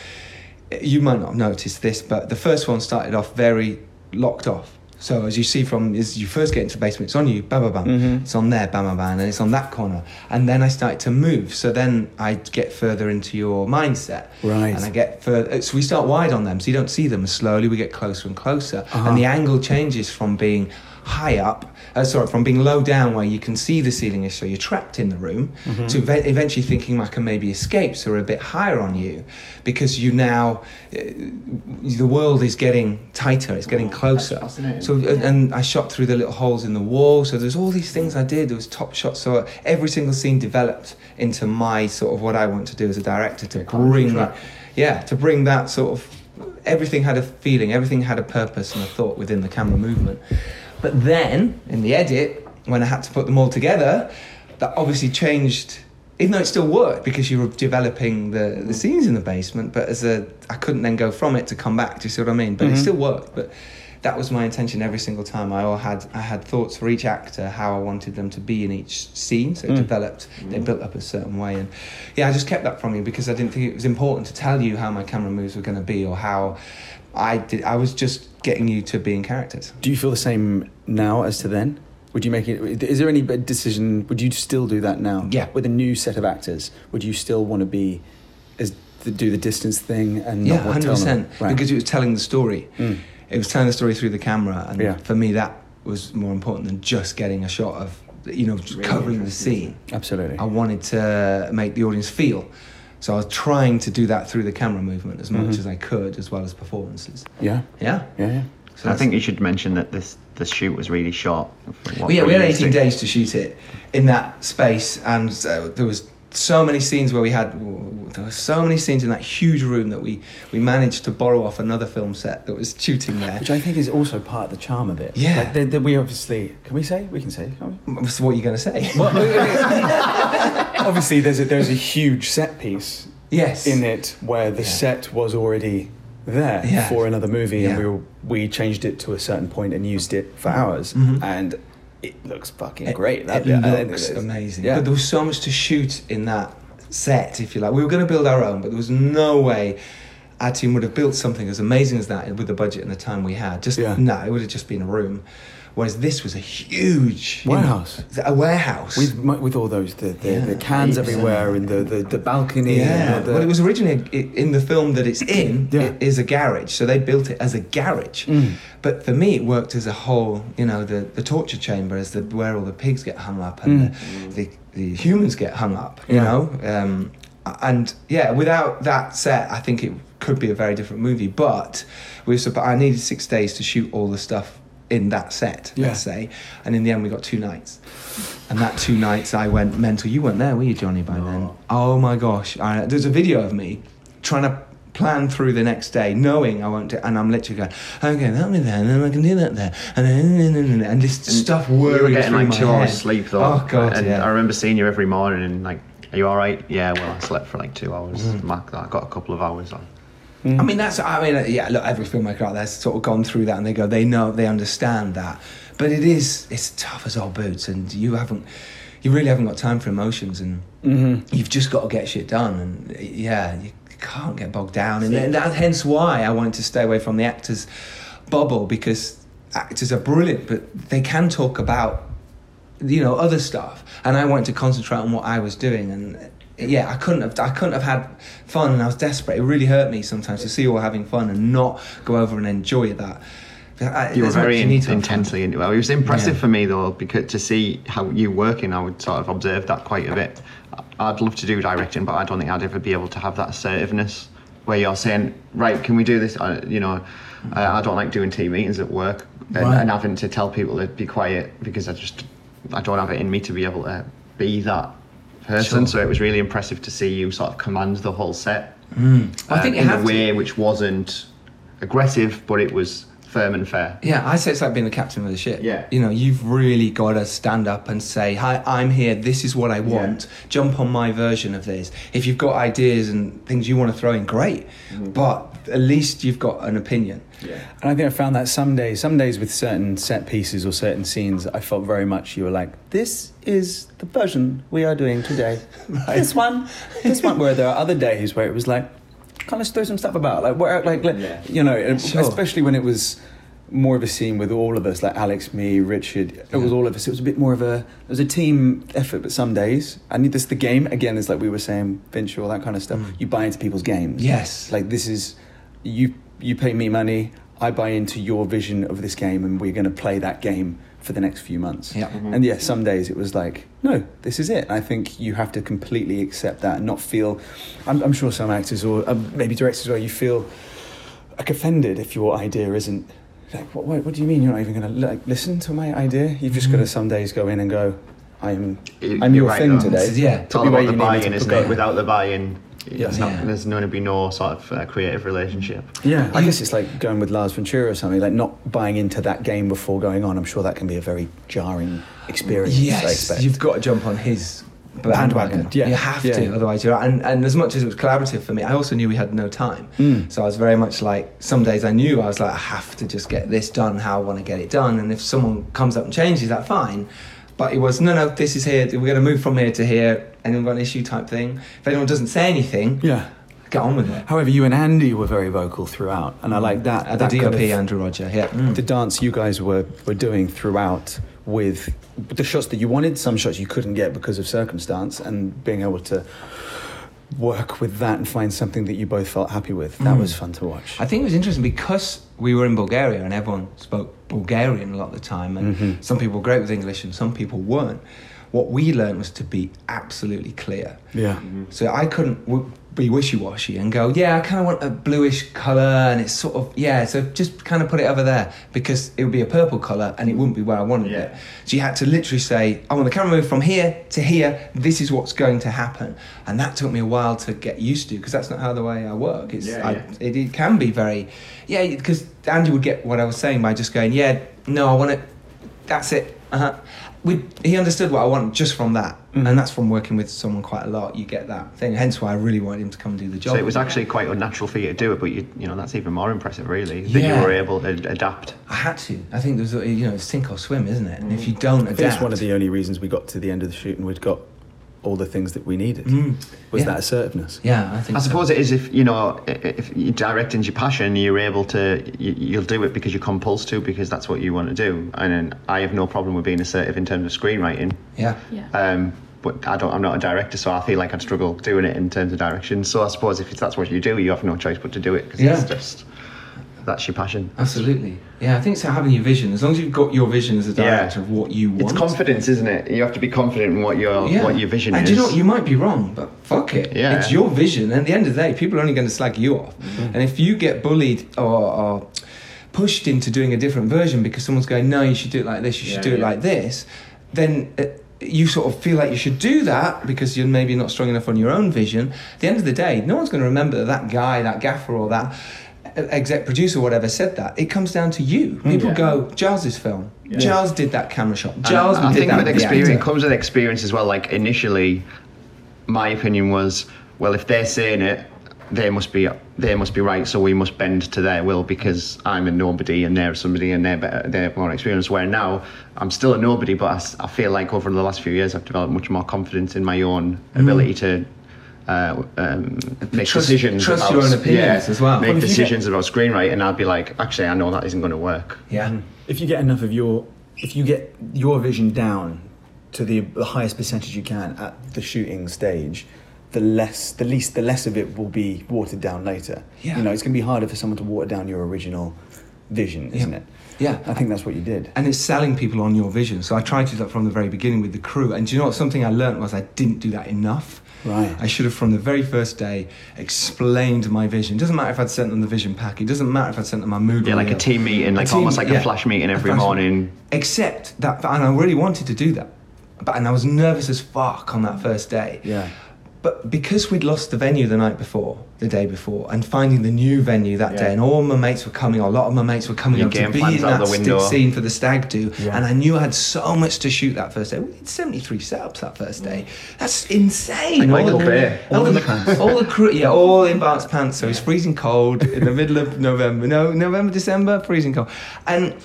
[SPEAKER 1] eh, you might not have noticed this, but the first one started off very locked off. So as you see from as you first get into the basement, it's on you, bam, bam, bam.
[SPEAKER 2] Mm-hmm.
[SPEAKER 1] It's on there, bam, bam, bam, and it's on that corner. And then I started to move. So then I get further into your mindset,
[SPEAKER 2] Right.
[SPEAKER 1] And I get further. So we start wide on them, so you don't see them. Slowly we get closer and closer, and the angle changes from being high up, uh, sorry, from being low down where you can see the ceiling is, so you're trapped in the room, to ev- eventually thinking I can maybe escape, so we're a bit higher on you, because you now uh, the world is getting tighter, it's getting closer.
[SPEAKER 3] fascinating.
[SPEAKER 1] So and, and I shot through the little holes in the wall. So there's all these things I did. There was top shots. So every single scene developed into my sort of what I want to do as a director to bring that, yeah, to bring that sort of everything had a feeling, everything had a purpose and a thought within the camera movement. But then in the edit, when I had to put them all together, that obviously changed. Even though it still worked because you were developing the, the scenes in the basement, but as a I couldn't then go from it to come back. Do you see what I mean? But it still worked. But that was my intention every single time. I all had I had thoughts for each actor, how I wanted them to be in each scene.
[SPEAKER 2] Hmm.
[SPEAKER 1] So it developed, they built up a certain way, and yeah, I just kept that from you because I didn't think it was important to tell you how my camera moves were going to be or how I did. I was just getting you to be in characters.
[SPEAKER 2] do you feel the same now as to then would you make it is there any big decision would you still do that now
[SPEAKER 1] Yeah.
[SPEAKER 2] with a new set of actors would you still want to be as do the distance thing and
[SPEAKER 1] Yeah,
[SPEAKER 2] not what
[SPEAKER 1] hundred
[SPEAKER 2] tell them? Hmm.
[SPEAKER 1] percent. Because it was telling the story. It was telling the story through the camera, and
[SPEAKER 2] Yeah.
[SPEAKER 1] for me, that was more important than just getting a shot of you know just covering the scene.
[SPEAKER 2] absolutely
[SPEAKER 1] I wanted to make the audience feel. So I was trying to do that through the camera movement as
[SPEAKER 3] Mm-hmm.
[SPEAKER 1] much as I could, as well as performances.
[SPEAKER 2] yeah
[SPEAKER 1] Yeah.
[SPEAKER 2] yeah yeah
[SPEAKER 1] So
[SPEAKER 3] And I think you should mention that this the shoot was really short. for what
[SPEAKER 1] Well, yeah, we had 18
[SPEAKER 3] realistic-
[SPEAKER 1] days to shoot it in that space, and uh, there was so many scenes where we had there were so many scenes in that huge room that we we managed to borrow off another film set that was shooting there.
[SPEAKER 2] which I think is also part of the charm of it.
[SPEAKER 1] Yeah.
[SPEAKER 2] like, they, they, we obviously can we say we can say. Can we?
[SPEAKER 1] So what are you going to say?
[SPEAKER 2] obviously, there's a, there's a huge set piece
[SPEAKER 1] yes.
[SPEAKER 2] in it where the set was already there
[SPEAKER 1] Yeah.
[SPEAKER 2] for another movie, and
[SPEAKER 1] Yeah. Mm-hmm.
[SPEAKER 2] we were, we changed it to a certain point and used it for ours, and it looks fucking great. That
[SPEAKER 1] It
[SPEAKER 2] bit. I think
[SPEAKER 1] looks
[SPEAKER 2] it is.
[SPEAKER 1] amazing.
[SPEAKER 2] Yeah.
[SPEAKER 1] But there was so much to shoot in that set, if you like. We were going to build our own, but there was no way our team would have built something as amazing as that with the budget and the time we had. Just
[SPEAKER 2] Yeah.
[SPEAKER 1] no, it would have just been a room. Whereas this was a huge you know,
[SPEAKER 2] Warehouse.
[SPEAKER 1] a warehouse.
[SPEAKER 2] with mu- with all those the, the, the cans everywhere and the, the, the balcony.
[SPEAKER 1] yeah,
[SPEAKER 2] and the,
[SPEAKER 1] well, it was originally a, i- in the film that it's in.
[SPEAKER 2] Yeah.
[SPEAKER 1] It is a garage, so they built it as a garage.
[SPEAKER 2] Mm.
[SPEAKER 1] But for me, it worked as a whole. You know, the, the torture chamber is the where all the pigs get hung up and the, the the humans get hung up. You
[SPEAKER 2] Mm. Yeah.
[SPEAKER 1] know, um, and yeah, without that set, I think it could be a very different movie. But we were, supp- I needed six days to shoot all the stuff in that set.
[SPEAKER 2] Yeah.
[SPEAKER 1] Let's say, and in the end, we got two nights. And that two nights I went mental. You weren't there, were you, Johnny, by then? Oh my gosh. I, there's a video of me trying to plan through the next day, knowing I won't do And I'm literally going, okay, that'll be there, and then I can do that there. And then, and, then- and, then- and this stuff
[SPEAKER 3] You were
[SPEAKER 1] whirring
[SPEAKER 3] getting
[SPEAKER 1] through
[SPEAKER 3] like
[SPEAKER 1] my
[SPEAKER 3] two hours
[SPEAKER 1] head.
[SPEAKER 3] sleep though.
[SPEAKER 1] Oh, God,
[SPEAKER 3] And
[SPEAKER 1] yeah.
[SPEAKER 3] I remember seeing you every morning and like, are you all right? Yeah, well, I slept for like two hours.
[SPEAKER 1] Mm.
[SPEAKER 3] Mark that. I got a couple of hours on.
[SPEAKER 1] I mean, that's, I mean, uh, yeah, look, every filmmaker out there's sort of gone through that and they go, they know, they understand that. But it is, it's tough as old boots and you haven't, you really haven't got time for emotions and you've just got to get shit done. And uh, yeah, you can't get bogged down. And, and that, hence why I wanted to stay away from the actors' bubble because actors are brilliant, but they can talk about you know other stuff and i wanted to concentrate on what i was doing and uh, yeah i couldn't have i couldn't have had fun and i was desperate it really hurt me sometimes to see you all having fun and not go over and enjoy that But I,
[SPEAKER 3] You were
[SPEAKER 1] there's much
[SPEAKER 3] very in-
[SPEAKER 1] need to have
[SPEAKER 3] intensely into it. It was impressive
[SPEAKER 1] Yeah.
[SPEAKER 3] for me though, because to see how you working, I would sort of observe that quite a bit. I- I'd love to do directing, but I don't think I'd ever be able to have that assertiveness where you're saying, right, can we do this? I, you know, I, I don't like doing team meetings at work and,
[SPEAKER 1] Right.
[SPEAKER 3] and having to tell people to be quiet because I just, I don't have it in me to be able to be that person.
[SPEAKER 1] Sure.
[SPEAKER 3] So it was really impressive to see you sort of command the whole set.
[SPEAKER 1] Hmm. I think
[SPEAKER 3] um,
[SPEAKER 1] you
[SPEAKER 3] in
[SPEAKER 1] have
[SPEAKER 3] a
[SPEAKER 1] to.
[SPEAKER 3] way which wasn't aggressive, but it was firm and fair.
[SPEAKER 1] Yeah, I say it's like being the captain of the ship.
[SPEAKER 3] Yeah.
[SPEAKER 1] You know, you've really got to stand up and say, Hi, I'm here. This is what I want. Jump on my version of this. If you've got ideas and things you want to throw in, great. But at least you've got an opinion.
[SPEAKER 6] And I think I found that some days, some days with certain set pieces or certain scenes, I felt very much you were like, this is the version we are doing today. This one, this one. Where there are other days where it was like, kind of throw some stuff about, like where, like, let-
[SPEAKER 3] Yeah.
[SPEAKER 6] you know, and
[SPEAKER 1] Sure.
[SPEAKER 6] especially when it was more of a scene with all of us, like Alex, me, Richard. It was all of us. It was a bit more of a, it was a team effort. But some days, I need this. The game again is like we were saying, Vinci, all that kind of stuff. You buy into people's games.
[SPEAKER 1] Yes.
[SPEAKER 6] Like this is you you pay me money, I buy into your vision of this game and we're going to play that game for the next few months.
[SPEAKER 1] Yeah.
[SPEAKER 6] And yeah, some days it was like, no, this is it. I think you have to completely accept that and not feel I'm, I'm sure some actors or um, maybe directors where you feel like offended if your idea isn't like what, what, what do you mean you're not even going to like listen to my idea? You've just got to some days go in and go
[SPEAKER 3] You-
[SPEAKER 6] I'm I'm
[SPEAKER 3] Mm-hmm. you're
[SPEAKER 6] your
[SPEAKER 3] right,
[SPEAKER 6] thing
[SPEAKER 3] though.
[SPEAKER 6] today.
[SPEAKER 1] This is- yeah.
[SPEAKER 3] It's all
[SPEAKER 6] Took
[SPEAKER 3] about the
[SPEAKER 6] me where you needed
[SPEAKER 3] buy-in,
[SPEAKER 6] to
[SPEAKER 3] isn't
[SPEAKER 6] go.
[SPEAKER 3] it? Without the buy-in,
[SPEAKER 1] Yeah.
[SPEAKER 3] it's not, there's going to be no sort of uh, creative relationship.
[SPEAKER 6] Yeah, I
[SPEAKER 1] You-
[SPEAKER 6] guess it's like going with Lars Ventura or something, like not buying into that game before going on. I'm sure that can be a very jarring experience. I
[SPEAKER 1] Yes,
[SPEAKER 6] expect.
[SPEAKER 1] you've got to jump on his bandwagon.
[SPEAKER 6] Bandwagon, yeah,
[SPEAKER 1] You have
[SPEAKER 6] yeah.
[SPEAKER 1] to, otherwise you're out. And, and as much as it was collaborative for me, I also knew we had no time.
[SPEAKER 6] Hmm.
[SPEAKER 1] So I was very much like, some days I knew I was like, I have to just get this done how I want to get it done. And if someone comes up and changes that, fine. But it was, no, no, this is here. We're going to move from here to here. Anyone got an issue type thing. If anyone doesn't say anything,
[SPEAKER 6] yeah.
[SPEAKER 1] get on with it.
[SPEAKER 6] However, you and Andy were very vocal throughout, and I like that.
[SPEAKER 1] Uh, the
[SPEAKER 6] that
[SPEAKER 1] DOP,
[SPEAKER 6] kind of-
[SPEAKER 1] Andrew Roger, yeah. Hmm.
[SPEAKER 6] the dance you guys were, were doing throughout with the shots that you wanted, some shots you couldn't get because of circumstance, and being able to work with that and find something that you both felt happy with. That
[SPEAKER 3] Mm.
[SPEAKER 6] was fun to watch.
[SPEAKER 1] I think it was interesting because we were in Bulgaria and everyone spoke Bulgarian a lot of the time, and
[SPEAKER 3] Mm-hmm.
[SPEAKER 1] some people were great with English and some people weren't. What we learned was to be absolutely clear.
[SPEAKER 6] yeah.
[SPEAKER 3] Mm.
[SPEAKER 1] So I couldn't w- be wishy washy and go, yeah, I kind of want a bluish colour and it's sort of, yeah, so just kind of put it over there because it would be a purple colour and it wouldn't be where I wanted
[SPEAKER 3] Yeah.
[SPEAKER 1] it. So you had to literally say, I want the camera move from here to here, this is what's going to happen. And that took me a while to get used to because that's not how the way I work. It's,
[SPEAKER 3] Yeah,
[SPEAKER 1] I,
[SPEAKER 3] yeah.
[SPEAKER 1] It, it can be very, yeah, because Andy would get what I was saying by just going, yeah, no, I want it, that's it. Uh-huh. We, he understood what I wanted just from that,
[SPEAKER 6] Mm-hmm.
[SPEAKER 1] and that's from working with someone quite a lot. You get that thing, hence why I really wanted him to come and do the job.
[SPEAKER 3] So it was actually quite unnatural for you to do it, but you, you know that's even more impressive, really, that
[SPEAKER 1] Yeah.
[SPEAKER 3] you were able to adapt.
[SPEAKER 1] I had to. I think there's, a- you know, it's sink or swim, isn't it? And if you don't
[SPEAKER 6] Mm. I think
[SPEAKER 1] adapt,
[SPEAKER 6] That's one of the only reasons we got to the end of the shoot and we'd got all the things that we needed.
[SPEAKER 3] Mm.
[SPEAKER 6] Was
[SPEAKER 1] Yeah.
[SPEAKER 6] that assertiveness?
[SPEAKER 1] Mm. yeah, I think.
[SPEAKER 3] I
[SPEAKER 1] so.
[SPEAKER 3] suppose it is if you know i- if you're directing your passion, you're able to you, you'll do it because you're compulsed to because that's what you want to do. And then I have no problem with being assertive in terms of screenwriting.
[SPEAKER 1] Yeah.
[SPEAKER 4] Yeah.
[SPEAKER 3] Um, but I don't. I'm not a director, so I feel like I'd struggle doing it in terms of direction. So I suppose if it's, that's what you do, you have no choice but to do it because
[SPEAKER 1] Yeah.
[SPEAKER 3] it's just that's your passion.
[SPEAKER 1] Absolutely. Yeah, I think so. Having your vision, as long as you've got your vision as a
[SPEAKER 3] Yeah.
[SPEAKER 1] director of what you want.
[SPEAKER 3] It's confidence, isn't it? You have to be confident in what your
[SPEAKER 1] Yeah.
[SPEAKER 3] what your vision
[SPEAKER 1] and
[SPEAKER 3] is.
[SPEAKER 1] do you know what? You might be wrong, but fuck it.
[SPEAKER 3] Yeah. Mm-hmm.
[SPEAKER 1] It's your vision. At the end of the day, people are only going to slag you off. And if you get bullied or, or pushed into doing a different version because someone's going, no, you should do it like this, you should
[SPEAKER 3] Yeah,
[SPEAKER 1] do it
[SPEAKER 3] yeah.
[SPEAKER 1] like this, then. Uh, you sort of feel like you should do that because you're maybe not strong enough on your own vision. At the end of the day, no one's going to remember that that guy, that gaffer, or that uh, exec producer, whatever said that. It comes down to you. People
[SPEAKER 3] Mm. Yeah.
[SPEAKER 1] go, Giles's film. Giles did that camera shot.
[SPEAKER 3] And
[SPEAKER 1] Giles
[SPEAKER 3] I, I
[SPEAKER 1] did
[SPEAKER 3] think
[SPEAKER 1] that.
[SPEAKER 3] with
[SPEAKER 1] with the
[SPEAKER 3] experience
[SPEAKER 1] actor."
[SPEAKER 3] comes with experience as well. Like initially, my opinion was, well, if they're saying it, they must be they must be right. So we must bend to their will because I'm a nobody and they're somebody and they're better, they're more experienced. Where now I'm still a nobody, but I s- I, feel like over the last few years I've developed much more confidence in my own ability to. Uh, um,
[SPEAKER 1] Mm.
[SPEAKER 3] make
[SPEAKER 1] Trust-
[SPEAKER 3] decisions
[SPEAKER 1] trust
[SPEAKER 3] about
[SPEAKER 1] your own opinions as well.
[SPEAKER 3] Make
[SPEAKER 1] Well,
[SPEAKER 6] if you get-
[SPEAKER 3] decisions about screenwriting, and I'd be like, actually, I know that isn't going to work.
[SPEAKER 1] Yeah.
[SPEAKER 6] If you get enough of your, if you get your vision down to the, the highest percentage you can at the shooting stage, the less, the least, the less of it will be watered down later.
[SPEAKER 1] Yeah.
[SPEAKER 6] You know, it's going to be harder for someone to water down your original vision, isn't
[SPEAKER 1] Yeah.
[SPEAKER 6] it?
[SPEAKER 1] Yeah.
[SPEAKER 6] I think that's what you did.
[SPEAKER 1] and it's selling people on your vision. So I tried to do that from the very beginning with the crew. And do you know what? Something I learned was I didn't do that enough.
[SPEAKER 6] Right.
[SPEAKER 1] I should have, from the very first day, explained my vision. It doesn't matter if I'd sent them the vision pack. It doesn't matter if I'd sent them my mood.
[SPEAKER 3] Yeah, like
[SPEAKER 1] reel.
[SPEAKER 3] a team meeting, like almost like a flash meeting every
[SPEAKER 1] flash-
[SPEAKER 3] morning.
[SPEAKER 1] Except that, and I really wanted to do that, but and I was nervous as fuck on that first day.
[SPEAKER 6] Yeah.
[SPEAKER 1] But because we'd lost the venue the night before, the day before, and finding the new venue that day, and all my mates were coming, or a lot of my mates were coming
[SPEAKER 3] Your
[SPEAKER 1] up to
[SPEAKER 3] game
[SPEAKER 1] be in
[SPEAKER 3] plan's out
[SPEAKER 1] that
[SPEAKER 3] the
[SPEAKER 1] st-
[SPEAKER 3] window.
[SPEAKER 1] scene for the stag do,
[SPEAKER 6] Yeah.
[SPEAKER 1] and I knew I had so much to shoot that first day. We did 73 setups that first day. That's insane.
[SPEAKER 3] Like
[SPEAKER 1] all
[SPEAKER 3] Mm. Michael
[SPEAKER 1] the,
[SPEAKER 3] Bay.
[SPEAKER 1] All, the, all the crew, yeah, all in Bart's pants. So it's freezing cold in the middle of November. No, November, December, freezing cold. And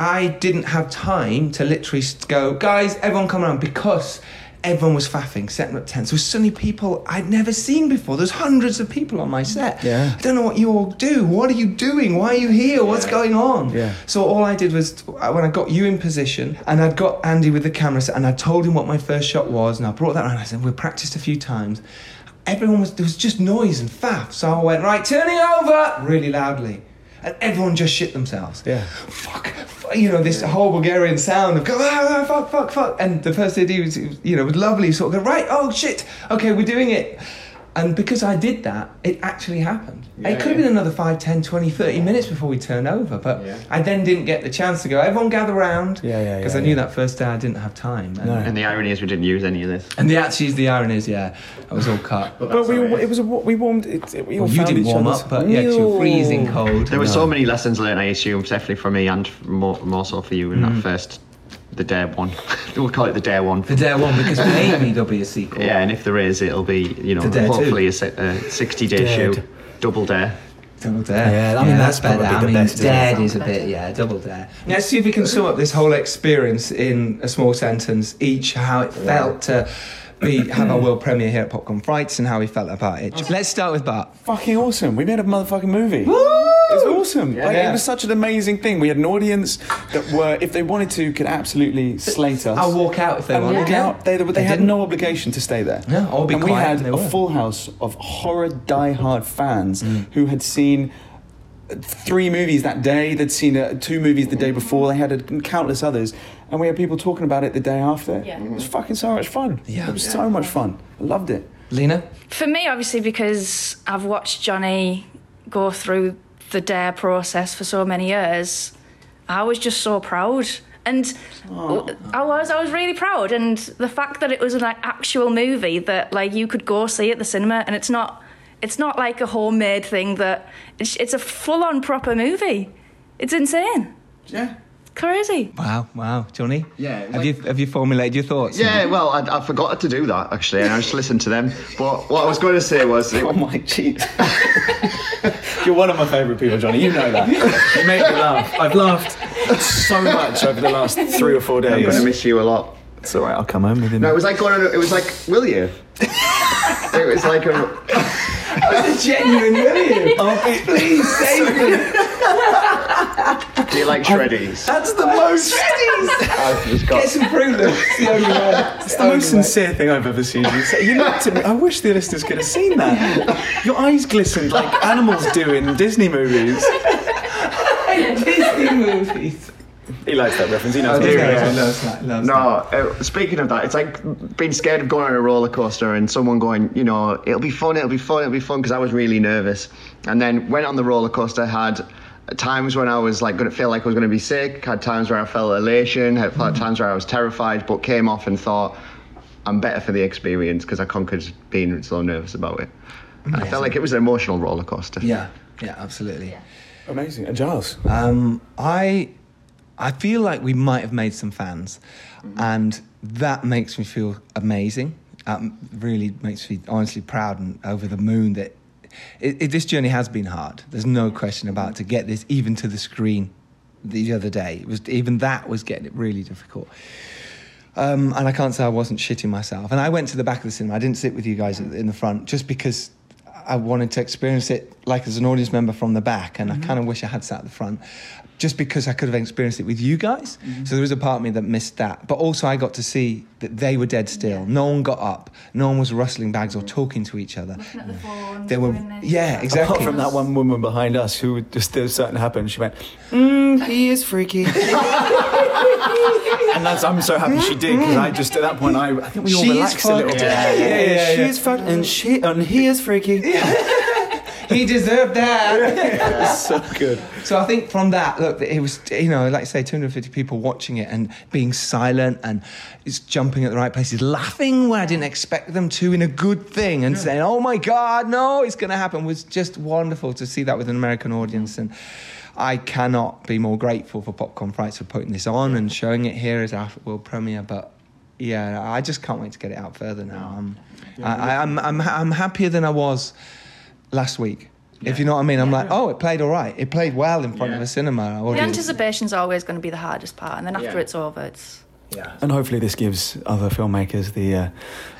[SPEAKER 1] I didn't have time to literally s- go, guys, everyone come around because everyone was faffing, setting up tents. There was suddenly people I'd never seen before. There's hundreds of people on my set.
[SPEAKER 6] Yeah.
[SPEAKER 1] I don't know what you all do. What are you doing? Why are you here? What's going on?
[SPEAKER 6] Yeah.
[SPEAKER 1] So all I did was I- when I got you in position and I'd got Andy with the camera set and I told him what my first shot was and I brought that around. I said we practiced a few times. Everyone was there was just noise and faff. So I went right, turning over really loudly, and everyone just shit themselves.
[SPEAKER 6] Yeah.
[SPEAKER 1] Fuck. fu- You know this whole Bulgarian sound of go ah, ah, fuck fuck fuck, and the first idea was you know was lovely sort of go right oh shit okay we're doing it, and because I did that it actually happened. it could have been another 5, 10, 20, 30 minutes before we turned over, but
[SPEAKER 3] Yeah.
[SPEAKER 1] I then didn't get the chance to go, everyone gather round.
[SPEAKER 6] Yeah, yeah,
[SPEAKER 1] Because
[SPEAKER 6] yeah,
[SPEAKER 1] I knew
[SPEAKER 6] yeah.
[SPEAKER 1] that first day I didn't have time. And,
[SPEAKER 6] No.
[SPEAKER 3] And the irony is we didn't use any of this.
[SPEAKER 1] and the actually, the iron is, yeah, I was all cut.
[SPEAKER 6] But we, it, was a, wa- we warmed. It, it- we all
[SPEAKER 1] Well, you
[SPEAKER 6] found
[SPEAKER 1] didn't
[SPEAKER 6] each
[SPEAKER 1] warm
[SPEAKER 6] other's-
[SPEAKER 1] up, but yeah, 'cause you were freezing cold.
[SPEAKER 3] There were so many lessons learned, I assume, definitely for me and more, more so for you in that first, the day one. we'll call it the day one.
[SPEAKER 1] The day one, because maybe there'll be a sequel.
[SPEAKER 3] yeah, and if there is, it'll be, you know,
[SPEAKER 1] The dare two.
[SPEAKER 3] hopefully a si- a 60 day
[SPEAKER 6] Dared.
[SPEAKER 3] shoot, double dare.
[SPEAKER 1] Double dare.
[SPEAKER 6] Yeah, I mean, that's
[SPEAKER 1] better.
[SPEAKER 6] probably the
[SPEAKER 1] I mean,
[SPEAKER 6] best, isn't it?
[SPEAKER 1] dead is a bit, yeah, double dare. Let's see if we can sum up this whole experience in a small sentence, each how it felt to be have our world premiere here at Popcorn Frights and how we felt about it. Let's start with Bart.
[SPEAKER 6] fucking awesome. We made a motherfucking movie. It was awesome. Like,
[SPEAKER 1] Yeah.
[SPEAKER 6] It was such an amazing thing. We had an audience that were, if they wanted to, could absolutely slate us.
[SPEAKER 1] I'll walk out if they
[SPEAKER 6] and
[SPEAKER 1] want.
[SPEAKER 6] walk
[SPEAKER 1] Yeah.
[SPEAKER 6] out. They, they, they had no obligation to stay there.
[SPEAKER 1] No, or be
[SPEAKER 6] and
[SPEAKER 1] quiet,
[SPEAKER 6] we
[SPEAKER 1] and
[SPEAKER 6] had
[SPEAKER 1] they
[SPEAKER 6] a
[SPEAKER 1] were.
[SPEAKER 6] full house of horror die-hard fans
[SPEAKER 1] Mm.
[SPEAKER 6] who had seen three movies that day. They'd seen uh, two movies the day before. They had uh, countless others, and we had people talking about it the day after.
[SPEAKER 8] Yeah.
[SPEAKER 6] It was fucking so much fun.
[SPEAKER 1] Yeah.
[SPEAKER 6] it was so much fun. I loved it.
[SPEAKER 1] Lena?
[SPEAKER 4] For me, obviously, because I've watched Johnny go through the dare process for so many years, I was just so proud. And
[SPEAKER 1] Oh.
[SPEAKER 4] I was, I was really proud. And the fact that it was an like, actual movie that like you could go see at the cinema, and it's not, it's not like a homemade thing. That it's, it's a full-on proper movie. It's insane,
[SPEAKER 6] Yeah.
[SPEAKER 4] crazy.
[SPEAKER 1] Wow, wow, Johnny.
[SPEAKER 3] Yeah, it was
[SPEAKER 1] Have you have you formulated your thoughts?
[SPEAKER 3] Yeah, well, I, I forgot to do that actually, and I just listened to them. But what I was going to say was,
[SPEAKER 6] Oh my jeez. You're one of my favourite people, Johnny. You know that. You make me laugh. I've laughed so much over the last three or four
[SPEAKER 3] I'm
[SPEAKER 6] days.
[SPEAKER 3] going to miss you a lot.
[SPEAKER 6] It's all right. I'll come home with him.
[SPEAKER 3] No, it was like going. On, it was like, will you? it was like a.
[SPEAKER 1] That's genuine, will you?
[SPEAKER 6] Oh,
[SPEAKER 1] Please save me.
[SPEAKER 3] Do you like shreddies?
[SPEAKER 6] That's the most.
[SPEAKER 3] I've just got.
[SPEAKER 1] Get some proof It's the only way. It's
[SPEAKER 6] The most sincere thing I've ever seen you say. You looked at me. I wish the listeners could have seen that. Your eyes glistened like animals do in Disney movies.
[SPEAKER 1] Disney movies.
[SPEAKER 6] He likes that reference. He knows.
[SPEAKER 3] I
[SPEAKER 6] what
[SPEAKER 3] do,
[SPEAKER 6] I'm
[SPEAKER 3] yeah.
[SPEAKER 6] saying.
[SPEAKER 1] Loves that, loves
[SPEAKER 3] No,
[SPEAKER 1] that.
[SPEAKER 3] uh, speaking of that, it's like being scared of going on a roller coaster and someone going, you know, it'll be fun, it'll be fun, it'll be fun, because I was really nervous. And then went on the roller coaster, had times when I was like going to feel like I was going to be sick, had times where I felt elation, had had
[SPEAKER 6] Mm.
[SPEAKER 3] times where I was terrified, but came off and thought, I'm better for the experience because I conquered being so nervous about it. And I felt like it was an emotional roller coaster.
[SPEAKER 1] Yeah, yeah, absolutely.
[SPEAKER 6] Amazing. And Giles.
[SPEAKER 1] Um, I I feel like we might have made some fans, and that makes me feel amazing. Um, really makes me honestly proud and over the moon that it, it, this journey has been hard. There's no question about it. to get this even to the screen the other day. It was even that was getting it really difficult. Um, and I can't say I wasn't shitting myself. And I went to the back of the cinema. I didn't sit with you guys in the front just because I wanted to experience it like as an audience member from the back.
[SPEAKER 6] Mm-hmm.
[SPEAKER 1] And I kind of wish I had sat at the front just because I could have experienced it with you guys.
[SPEAKER 6] Mm-hmm.
[SPEAKER 1] So there was a part of me that missed that. But also, I got to see that they were dead still. No one got up, no one was rustling bags or talking to each other.
[SPEAKER 8] Looking at the phone.
[SPEAKER 1] They were,
[SPEAKER 8] doing this.
[SPEAKER 1] yeah, exactly.
[SPEAKER 6] Apart from that one woman behind us who would just did something happened, she went, mm, "He is freaky," and that's I'm so happy she did because I just at that point I, I think we all
[SPEAKER 1] She is
[SPEAKER 6] relaxed a little
[SPEAKER 1] fucked.
[SPEAKER 6] bit.
[SPEAKER 1] Yeah, yeah, yeah,
[SPEAKER 6] she
[SPEAKER 1] yeah.
[SPEAKER 6] is fucked and she and he is freaky.
[SPEAKER 1] he deserved that.
[SPEAKER 2] so good.
[SPEAKER 1] So I think from that, look, it was you know, like I say, 250 people watching it and being silent and it's jumping at the right places, laughing where I didn't expect them to in a good thing, and saying, "Oh my God, no, it's going to happen," was just wonderful to see that with an American audience and. I cannot be more grateful for Popcorn Frights for putting this on and showing it here as our world premiere. But yeah, I just can't wait to get it out further now. Um, I, I, I'm, I'm, I'm happier than I was last week. If you know what I mean, I'm like, oh, it played all right. It played well in front of
[SPEAKER 3] Yeah.
[SPEAKER 1] a cinema
[SPEAKER 4] The
[SPEAKER 1] audience.
[SPEAKER 4] anticipation's always going to be the hardest part, and then after
[SPEAKER 3] Yeah.
[SPEAKER 4] it's over, it's
[SPEAKER 3] Yeah.
[SPEAKER 2] And hopefully, this gives other filmmakers the uh,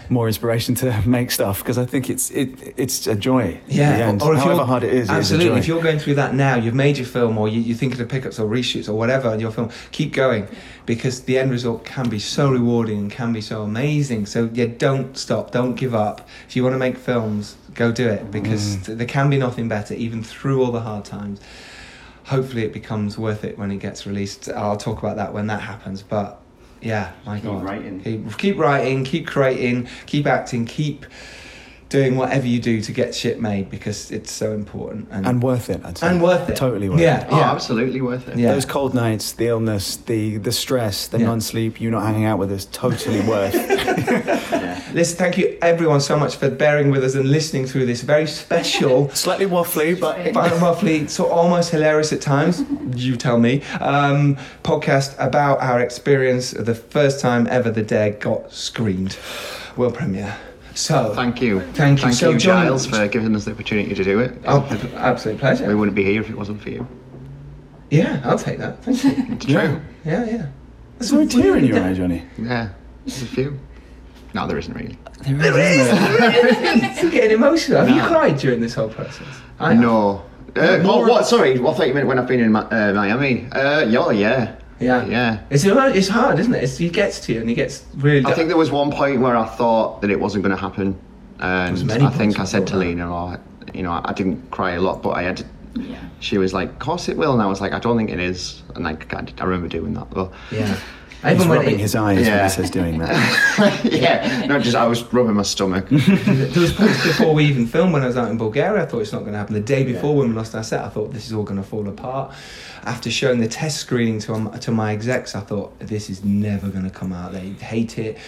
[SPEAKER 2] more inspiration to make stuff because I think it's it it's a joy.
[SPEAKER 1] yeah,
[SPEAKER 2] in the end. however
[SPEAKER 1] you're-
[SPEAKER 2] hard it is,
[SPEAKER 1] absolutely.
[SPEAKER 2] It
[SPEAKER 1] If
[SPEAKER 2] is a joy.
[SPEAKER 1] you're going through that now, you've made your film, or you, you're thinking of pickups or reshoots or whatever on your film. Keep going, because the end result can be so rewarding and can be so amazing. So yeah, don't stop, don't give up. If you want to make films, go do it because
[SPEAKER 2] Mm.
[SPEAKER 1] th- there can be nothing better, even through all the hard times. Hopefully, it becomes worth it when it gets released. I'll talk about that when that happens, but. Yeah, my
[SPEAKER 3] Keep
[SPEAKER 1] God.
[SPEAKER 3] writing.
[SPEAKER 1] Keep, keep writing, keep creating, keep acting, keep doing whatever you do to get shit made because it's so important and
[SPEAKER 2] and worth it. I'd say.
[SPEAKER 1] and worth it.
[SPEAKER 2] Totally worth
[SPEAKER 1] yeah,
[SPEAKER 2] it.
[SPEAKER 3] Oh,
[SPEAKER 1] Yeah,
[SPEAKER 3] absolutely worth it.
[SPEAKER 1] yeah.
[SPEAKER 2] Those cold nights, the illness, the the stress, the
[SPEAKER 1] Yeah.
[SPEAKER 2] non-sleep, you not hanging out with us, totally worth.
[SPEAKER 1] Listen, thank you everyone so much for bearing with us and listening through this very special.
[SPEAKER 2] Slightly waffly, but it,
[SPEAKER 1] Final roughly, so almost hilarious at times. You tell me. Um, podcast about our experience of the first time ever the dare got screened, world premiere. So
[SPEAKER 3] Thank you.
[SPEAKER 1] Thank you.
[SPEAKER 3] Thank
[SPEAKER 1] So,
[SPEAKER 3] you,
[SPEAKER 1] John-
[SPEAKER 3] Giles, for giving us the opportunity to do it.
[SPEAKER 1] Oh, absolute
[SPEAKER 3] We
[SPEAKER 1] pleasure.
[SPEAKER 3] wouldn't be here if it wasn't for you.
[SPEAKER 1] Yeah, I'll take that. Thank you.
[SPEAKER 3] It's true.
[SPEAKER 1] Yeah, yeah.
[SPEAKER 2] there's no tear in your eye, Johnny.
[SPEAKER 3] Yeah. There's a few. No, there isn't really.
[SPEAKER 1] There is. I'm getting emotional. Have you cried during this whole process? I have.
[SPEAKER 3] No. Uh, oh, what? Sorry, well, I thought you meant when I've been in Mi- uh, Miami. Uh, yeah, yeah.
[SPEAKER 1] Yeah.
[SPEAKER 3] Yeah.
[SPEAKER 1] It's hard, it's hard isn't it? It's, he gets to you and he gets really.
[SPEAKER 3] I think there was one point where I thought that it wasn't going to happen,
[SPEAKER 1] There's
[SPEAKER 3] and
[SPEAKER 1] many
[SPEAKER 3] I think
[SPEAKER 1] points
[SPEAKER 3] I
[SPEAKER 1] I
[SPEAKER 3] said to
[SPEAKER 1] thought that.
[SPEAKER 3] Lena, or, you know, I didn't cry a lot, but I had.
[SPEAKER 6] Yeah.
[SPEAKER 3] She was like, "Of course it will," and I was like, "I don't think it is," and like I, I remember doing that. Well,
[SPEAKER 1] Yeah. I
[SPEAKER 2] He's
[SPEAKER 1] even went.
[SPEAKER 2] rubbing his eyes when
[SPEAKER 3] Yeah.
[SPEAKER 2] he says doing that.
[SPEAKER 3] yeah, no, just I was rubbing my stomach.
[SPEAKER 1] There was points before we even filmed when I was out in Bulgaria. I thought it's not going to happen. The day before when we lost our set, I thought this is all going to fall apart. After showing the test screening to um, to my execs, I thought this is never going to come out. They hate it.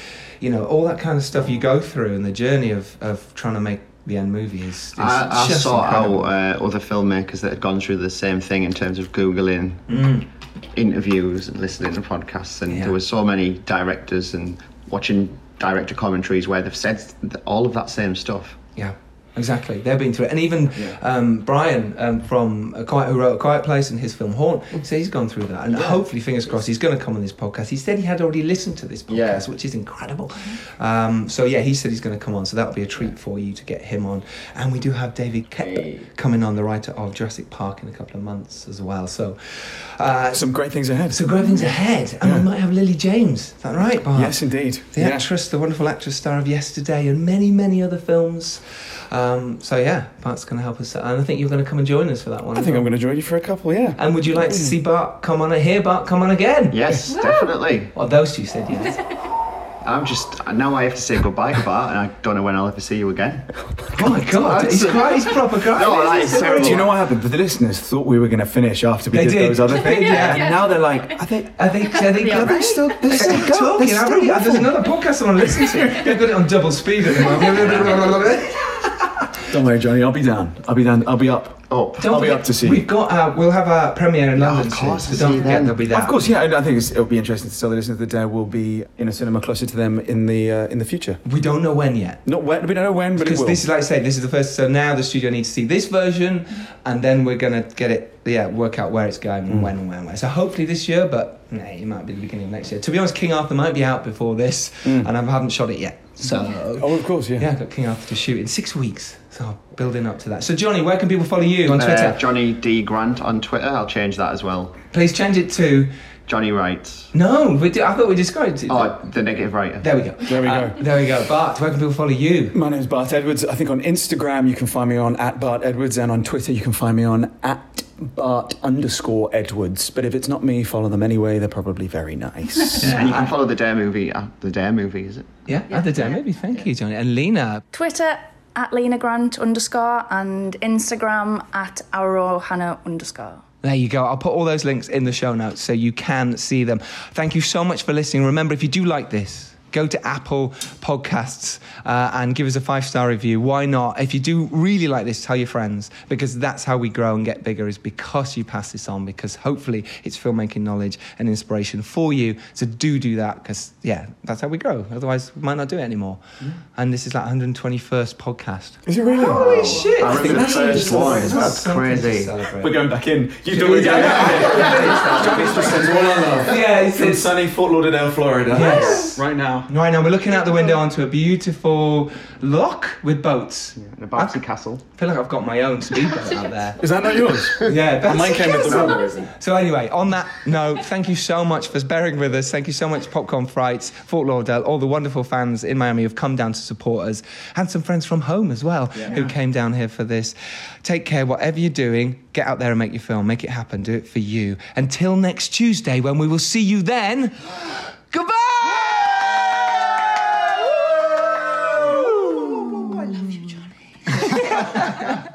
[SPEAKER 1] You know, all that kind of stuff you go through and the journey of, of trying to make the end movie is. is
[SPEAKER 3] I, I
[SPEAKER 1] just
[SPEAKER 3] saw
[SPEAKER 1] incredible.
[SPEAKER 3] how uh, other filmmakers that had gone through the same thing in terms of googling interviews and listening to podcasts, and
[SPEAKER 1] Yeah.
[SPEAKER 3] there were so many directors and watching director commentaries where they've said th- all of that same stuff.
[SPEAKER 1] Yeah, exactly. They've been through it, and even um, Brian um, from a Quiet, who wrote A Quiet Place and his film Haunt,
[SPEAKER 2] Mm.
[SPEAKER 1] so he's gone through that, and hopefully, fingers crossed, he's going to come on this podcast. He said he had already listened to this podcast,
[SPEAKER 3] Yeah.
[SPEAKER 1] which is incredible.
[SPEAKER 2] Mm-hmm.
[SPEAKER 1] Um, so yeah, he said he's going to come on, so that'll be a treat for you to get him on. And we do have David Kep coming on, the writer of Jurassic Park, in a couple of months as well. So. Uh,
[SPEAKER 2] Some great things ahead.
[SPEAKER 1] so great things ahead, and we might have Lily James. Is that right, Bart?
[SPEAKER 2] yes, indeed.
[SPEAKER 1] the actress, the wonderful actress, star of Yesterday and many, many other films. Um, so yeah, Bart's going to help us, and I think you're going to come and join us for that one.
[SPEAKER 2] I think I'm going to join you for a couple. Yeah.
[SPEAKER 1] And would you like to see Bart come on? Here, Bart, come on again.
[SPEAKER 3] Yes, definitely.
[SPEAKER 1] Well, those two said yes.
[SPEAKER 3] I'm just now I have to say goodbye to Bart, and I don't know when I'll ever see you again.
[SPEAKER 1] oh my God, he's quite, he's proper guy.
[SPEAKER 3] No, that is terrible.
[SPEAKER 2] Do you know what happened? The listeners thought we were going to finish after we
[SPEAKER 1] They
[SPEAKER 2] did,
[SPEAKER 1] did.
[SPEAKER 2] those other things,
[SPEAKER 1] Yeah.
[SPEAKER 2] and now they're like, "Are they?
[SPEAKER 1] Are they, are they, are they still, they're still
[SPEAKER 2] They're still
[SPEAKER 1] talking? I really,
[SPEAKER 2] awful.
[SPEAKER 1] there's another podcast I want to listen to. They've got it on double speed at the moment.
[SPEAKER 2] Don't worry, Johnny. I'll be down. I'll be down. I'll be up.
[SPEAKER 3] Oh,
[SPEAKER 1] Don't
[SPEAKER 2] I'll be
[SPEAKER 1] forget,
[SPEAKER 2] up to see
[SPEAKER 1] We've
[SPEAKER 2] you.
[SPEAKER 1] got our, we'll have our premiere in London
[SPEAKER 3] of
[SPEAKER 1] soon,
[SPEAKER 3] course, I'll
[SPEAKER 1] so don't
[SPEAKER 3] see you
[SPEAKER 1] forget
[SPEAKER 3] then.
[SPEAKER 1] there'll be that.
[SPEAKER 2] Of course, yeah. and I think it's, it'll be interesting to tell the listeners that Dare will be in a cinema closer to them in the uh, in the future.
[SPEAKER 1] We don't know when yet.
[SPEAKER 2] Not when. We don't know when, but it
[SPEAKER 1] Because
[SPEAKER 2] will.
[SPEAKER 1] this is, like I say, this is the first. So now the studio needs to see this version, and then we're gonna get it. Yeah, work out where it's going
[SPEAKER 2] Mm.
[SPEAKER 1] and when and when. and Where. So hopefully this year, but nah, it might be the beginning of next year. To be honest, King Arthur might be out before this, and I haven't shot it yet. So
[SPEAKER 2] oh, of course, Mm. yeah.
[SPEAKER 1] yeah, I've got King Arthur to shoot in six weeks. So building up to that. So Johnny, where can people follow you on Twitter?
[SPEAKER 3] Uh, Johnny D Grant on Twitter. I'll change that as well.
[SPEAKER 1] Please change it to
[SPEAKER 3] Johnny writes.
[SPEAKER 1] no. We do, I thought we described it.
[SPEAKER 3] Oh, the negative writer.
[SPEAKER 1] There we go.
[SPEAKER 2] There we go.
[SPEAKER 1] there we go. Bart, where can people follow you?
[SPEAKER 2] Uh, My name's Bart Edwards. I think on Instagram you can find me on at Bart Edwards, and on Twitter you can find me on at Bart underscore Edwards. But if it's not me, follow them anyway. They're probably very nice.
[SPEAKER 3] And you can follow the Dare movie. Uh, the Dare movie, is it?
[SPEAKER 1] Yeah, at the day maybe. Thank you, Johnny and Lena.
[SPEAKER 4] Twitter at Lena Grant underscore and Instagram at Arohana underscore.
[SPEAKER 1] There you go. I'll put all those links in the show notes so you can see them. Thank you so much for listening. Remember, if you do like this, go to Apple Podcasts uh, and give us a five star review. Why not? If you do really like this, tell your friends because that's how we grow and get bigger is because you pass this on, because hopefully it's filmmaking knowledge and inspiration for you. So do do that because, yeah, that's how we grow. Otherwise, we might not do it anymore. And this is like 121st podcast.
[SPEAKER 2] Is it really?
[SPEAKER 1] Holy shit!
[SPEAKER 3] I remember the first one. That's crazy.
[SPEAKER 2] We're going back in. You do it again.
[SPEAKER 1] Yeah, it's,
[SPEAKER 2] From
[SPEAKER 1] it's
[SPEAKER 2] sunny Fort Lauderdale, Florida.
[SPEAKER 1] Yes.
[SPEAKER 2] Right now.
[SPEAKER 1] Right now, we're looking out the window onto a beautiful lock with boats.
[SPEAKER 3] The Bouncy Castle.
[SPEAKER 1] I feel like I've got my own speedboat out there.
[SPEAKER 2] Is that not yours?
[SPEAKER 1] Yeah, but
[SPEAKER 2] Mine came with the water.
[SPEAKER 1] So anyway, on that note, thank you so much for bearing with us. Thank you so much, Popcorn Frights, Fort Lauderdale, all the wonderful fans in Miami who've come down to support us, and some friends from home as well who came down here for this. Take care, whatever you're doing, get out there and make your film, make it happen, do it for you. Until next Tuesday, when we will see you then. Goodbye. Woo!
[SPEAKER 4] I love you, Johnny.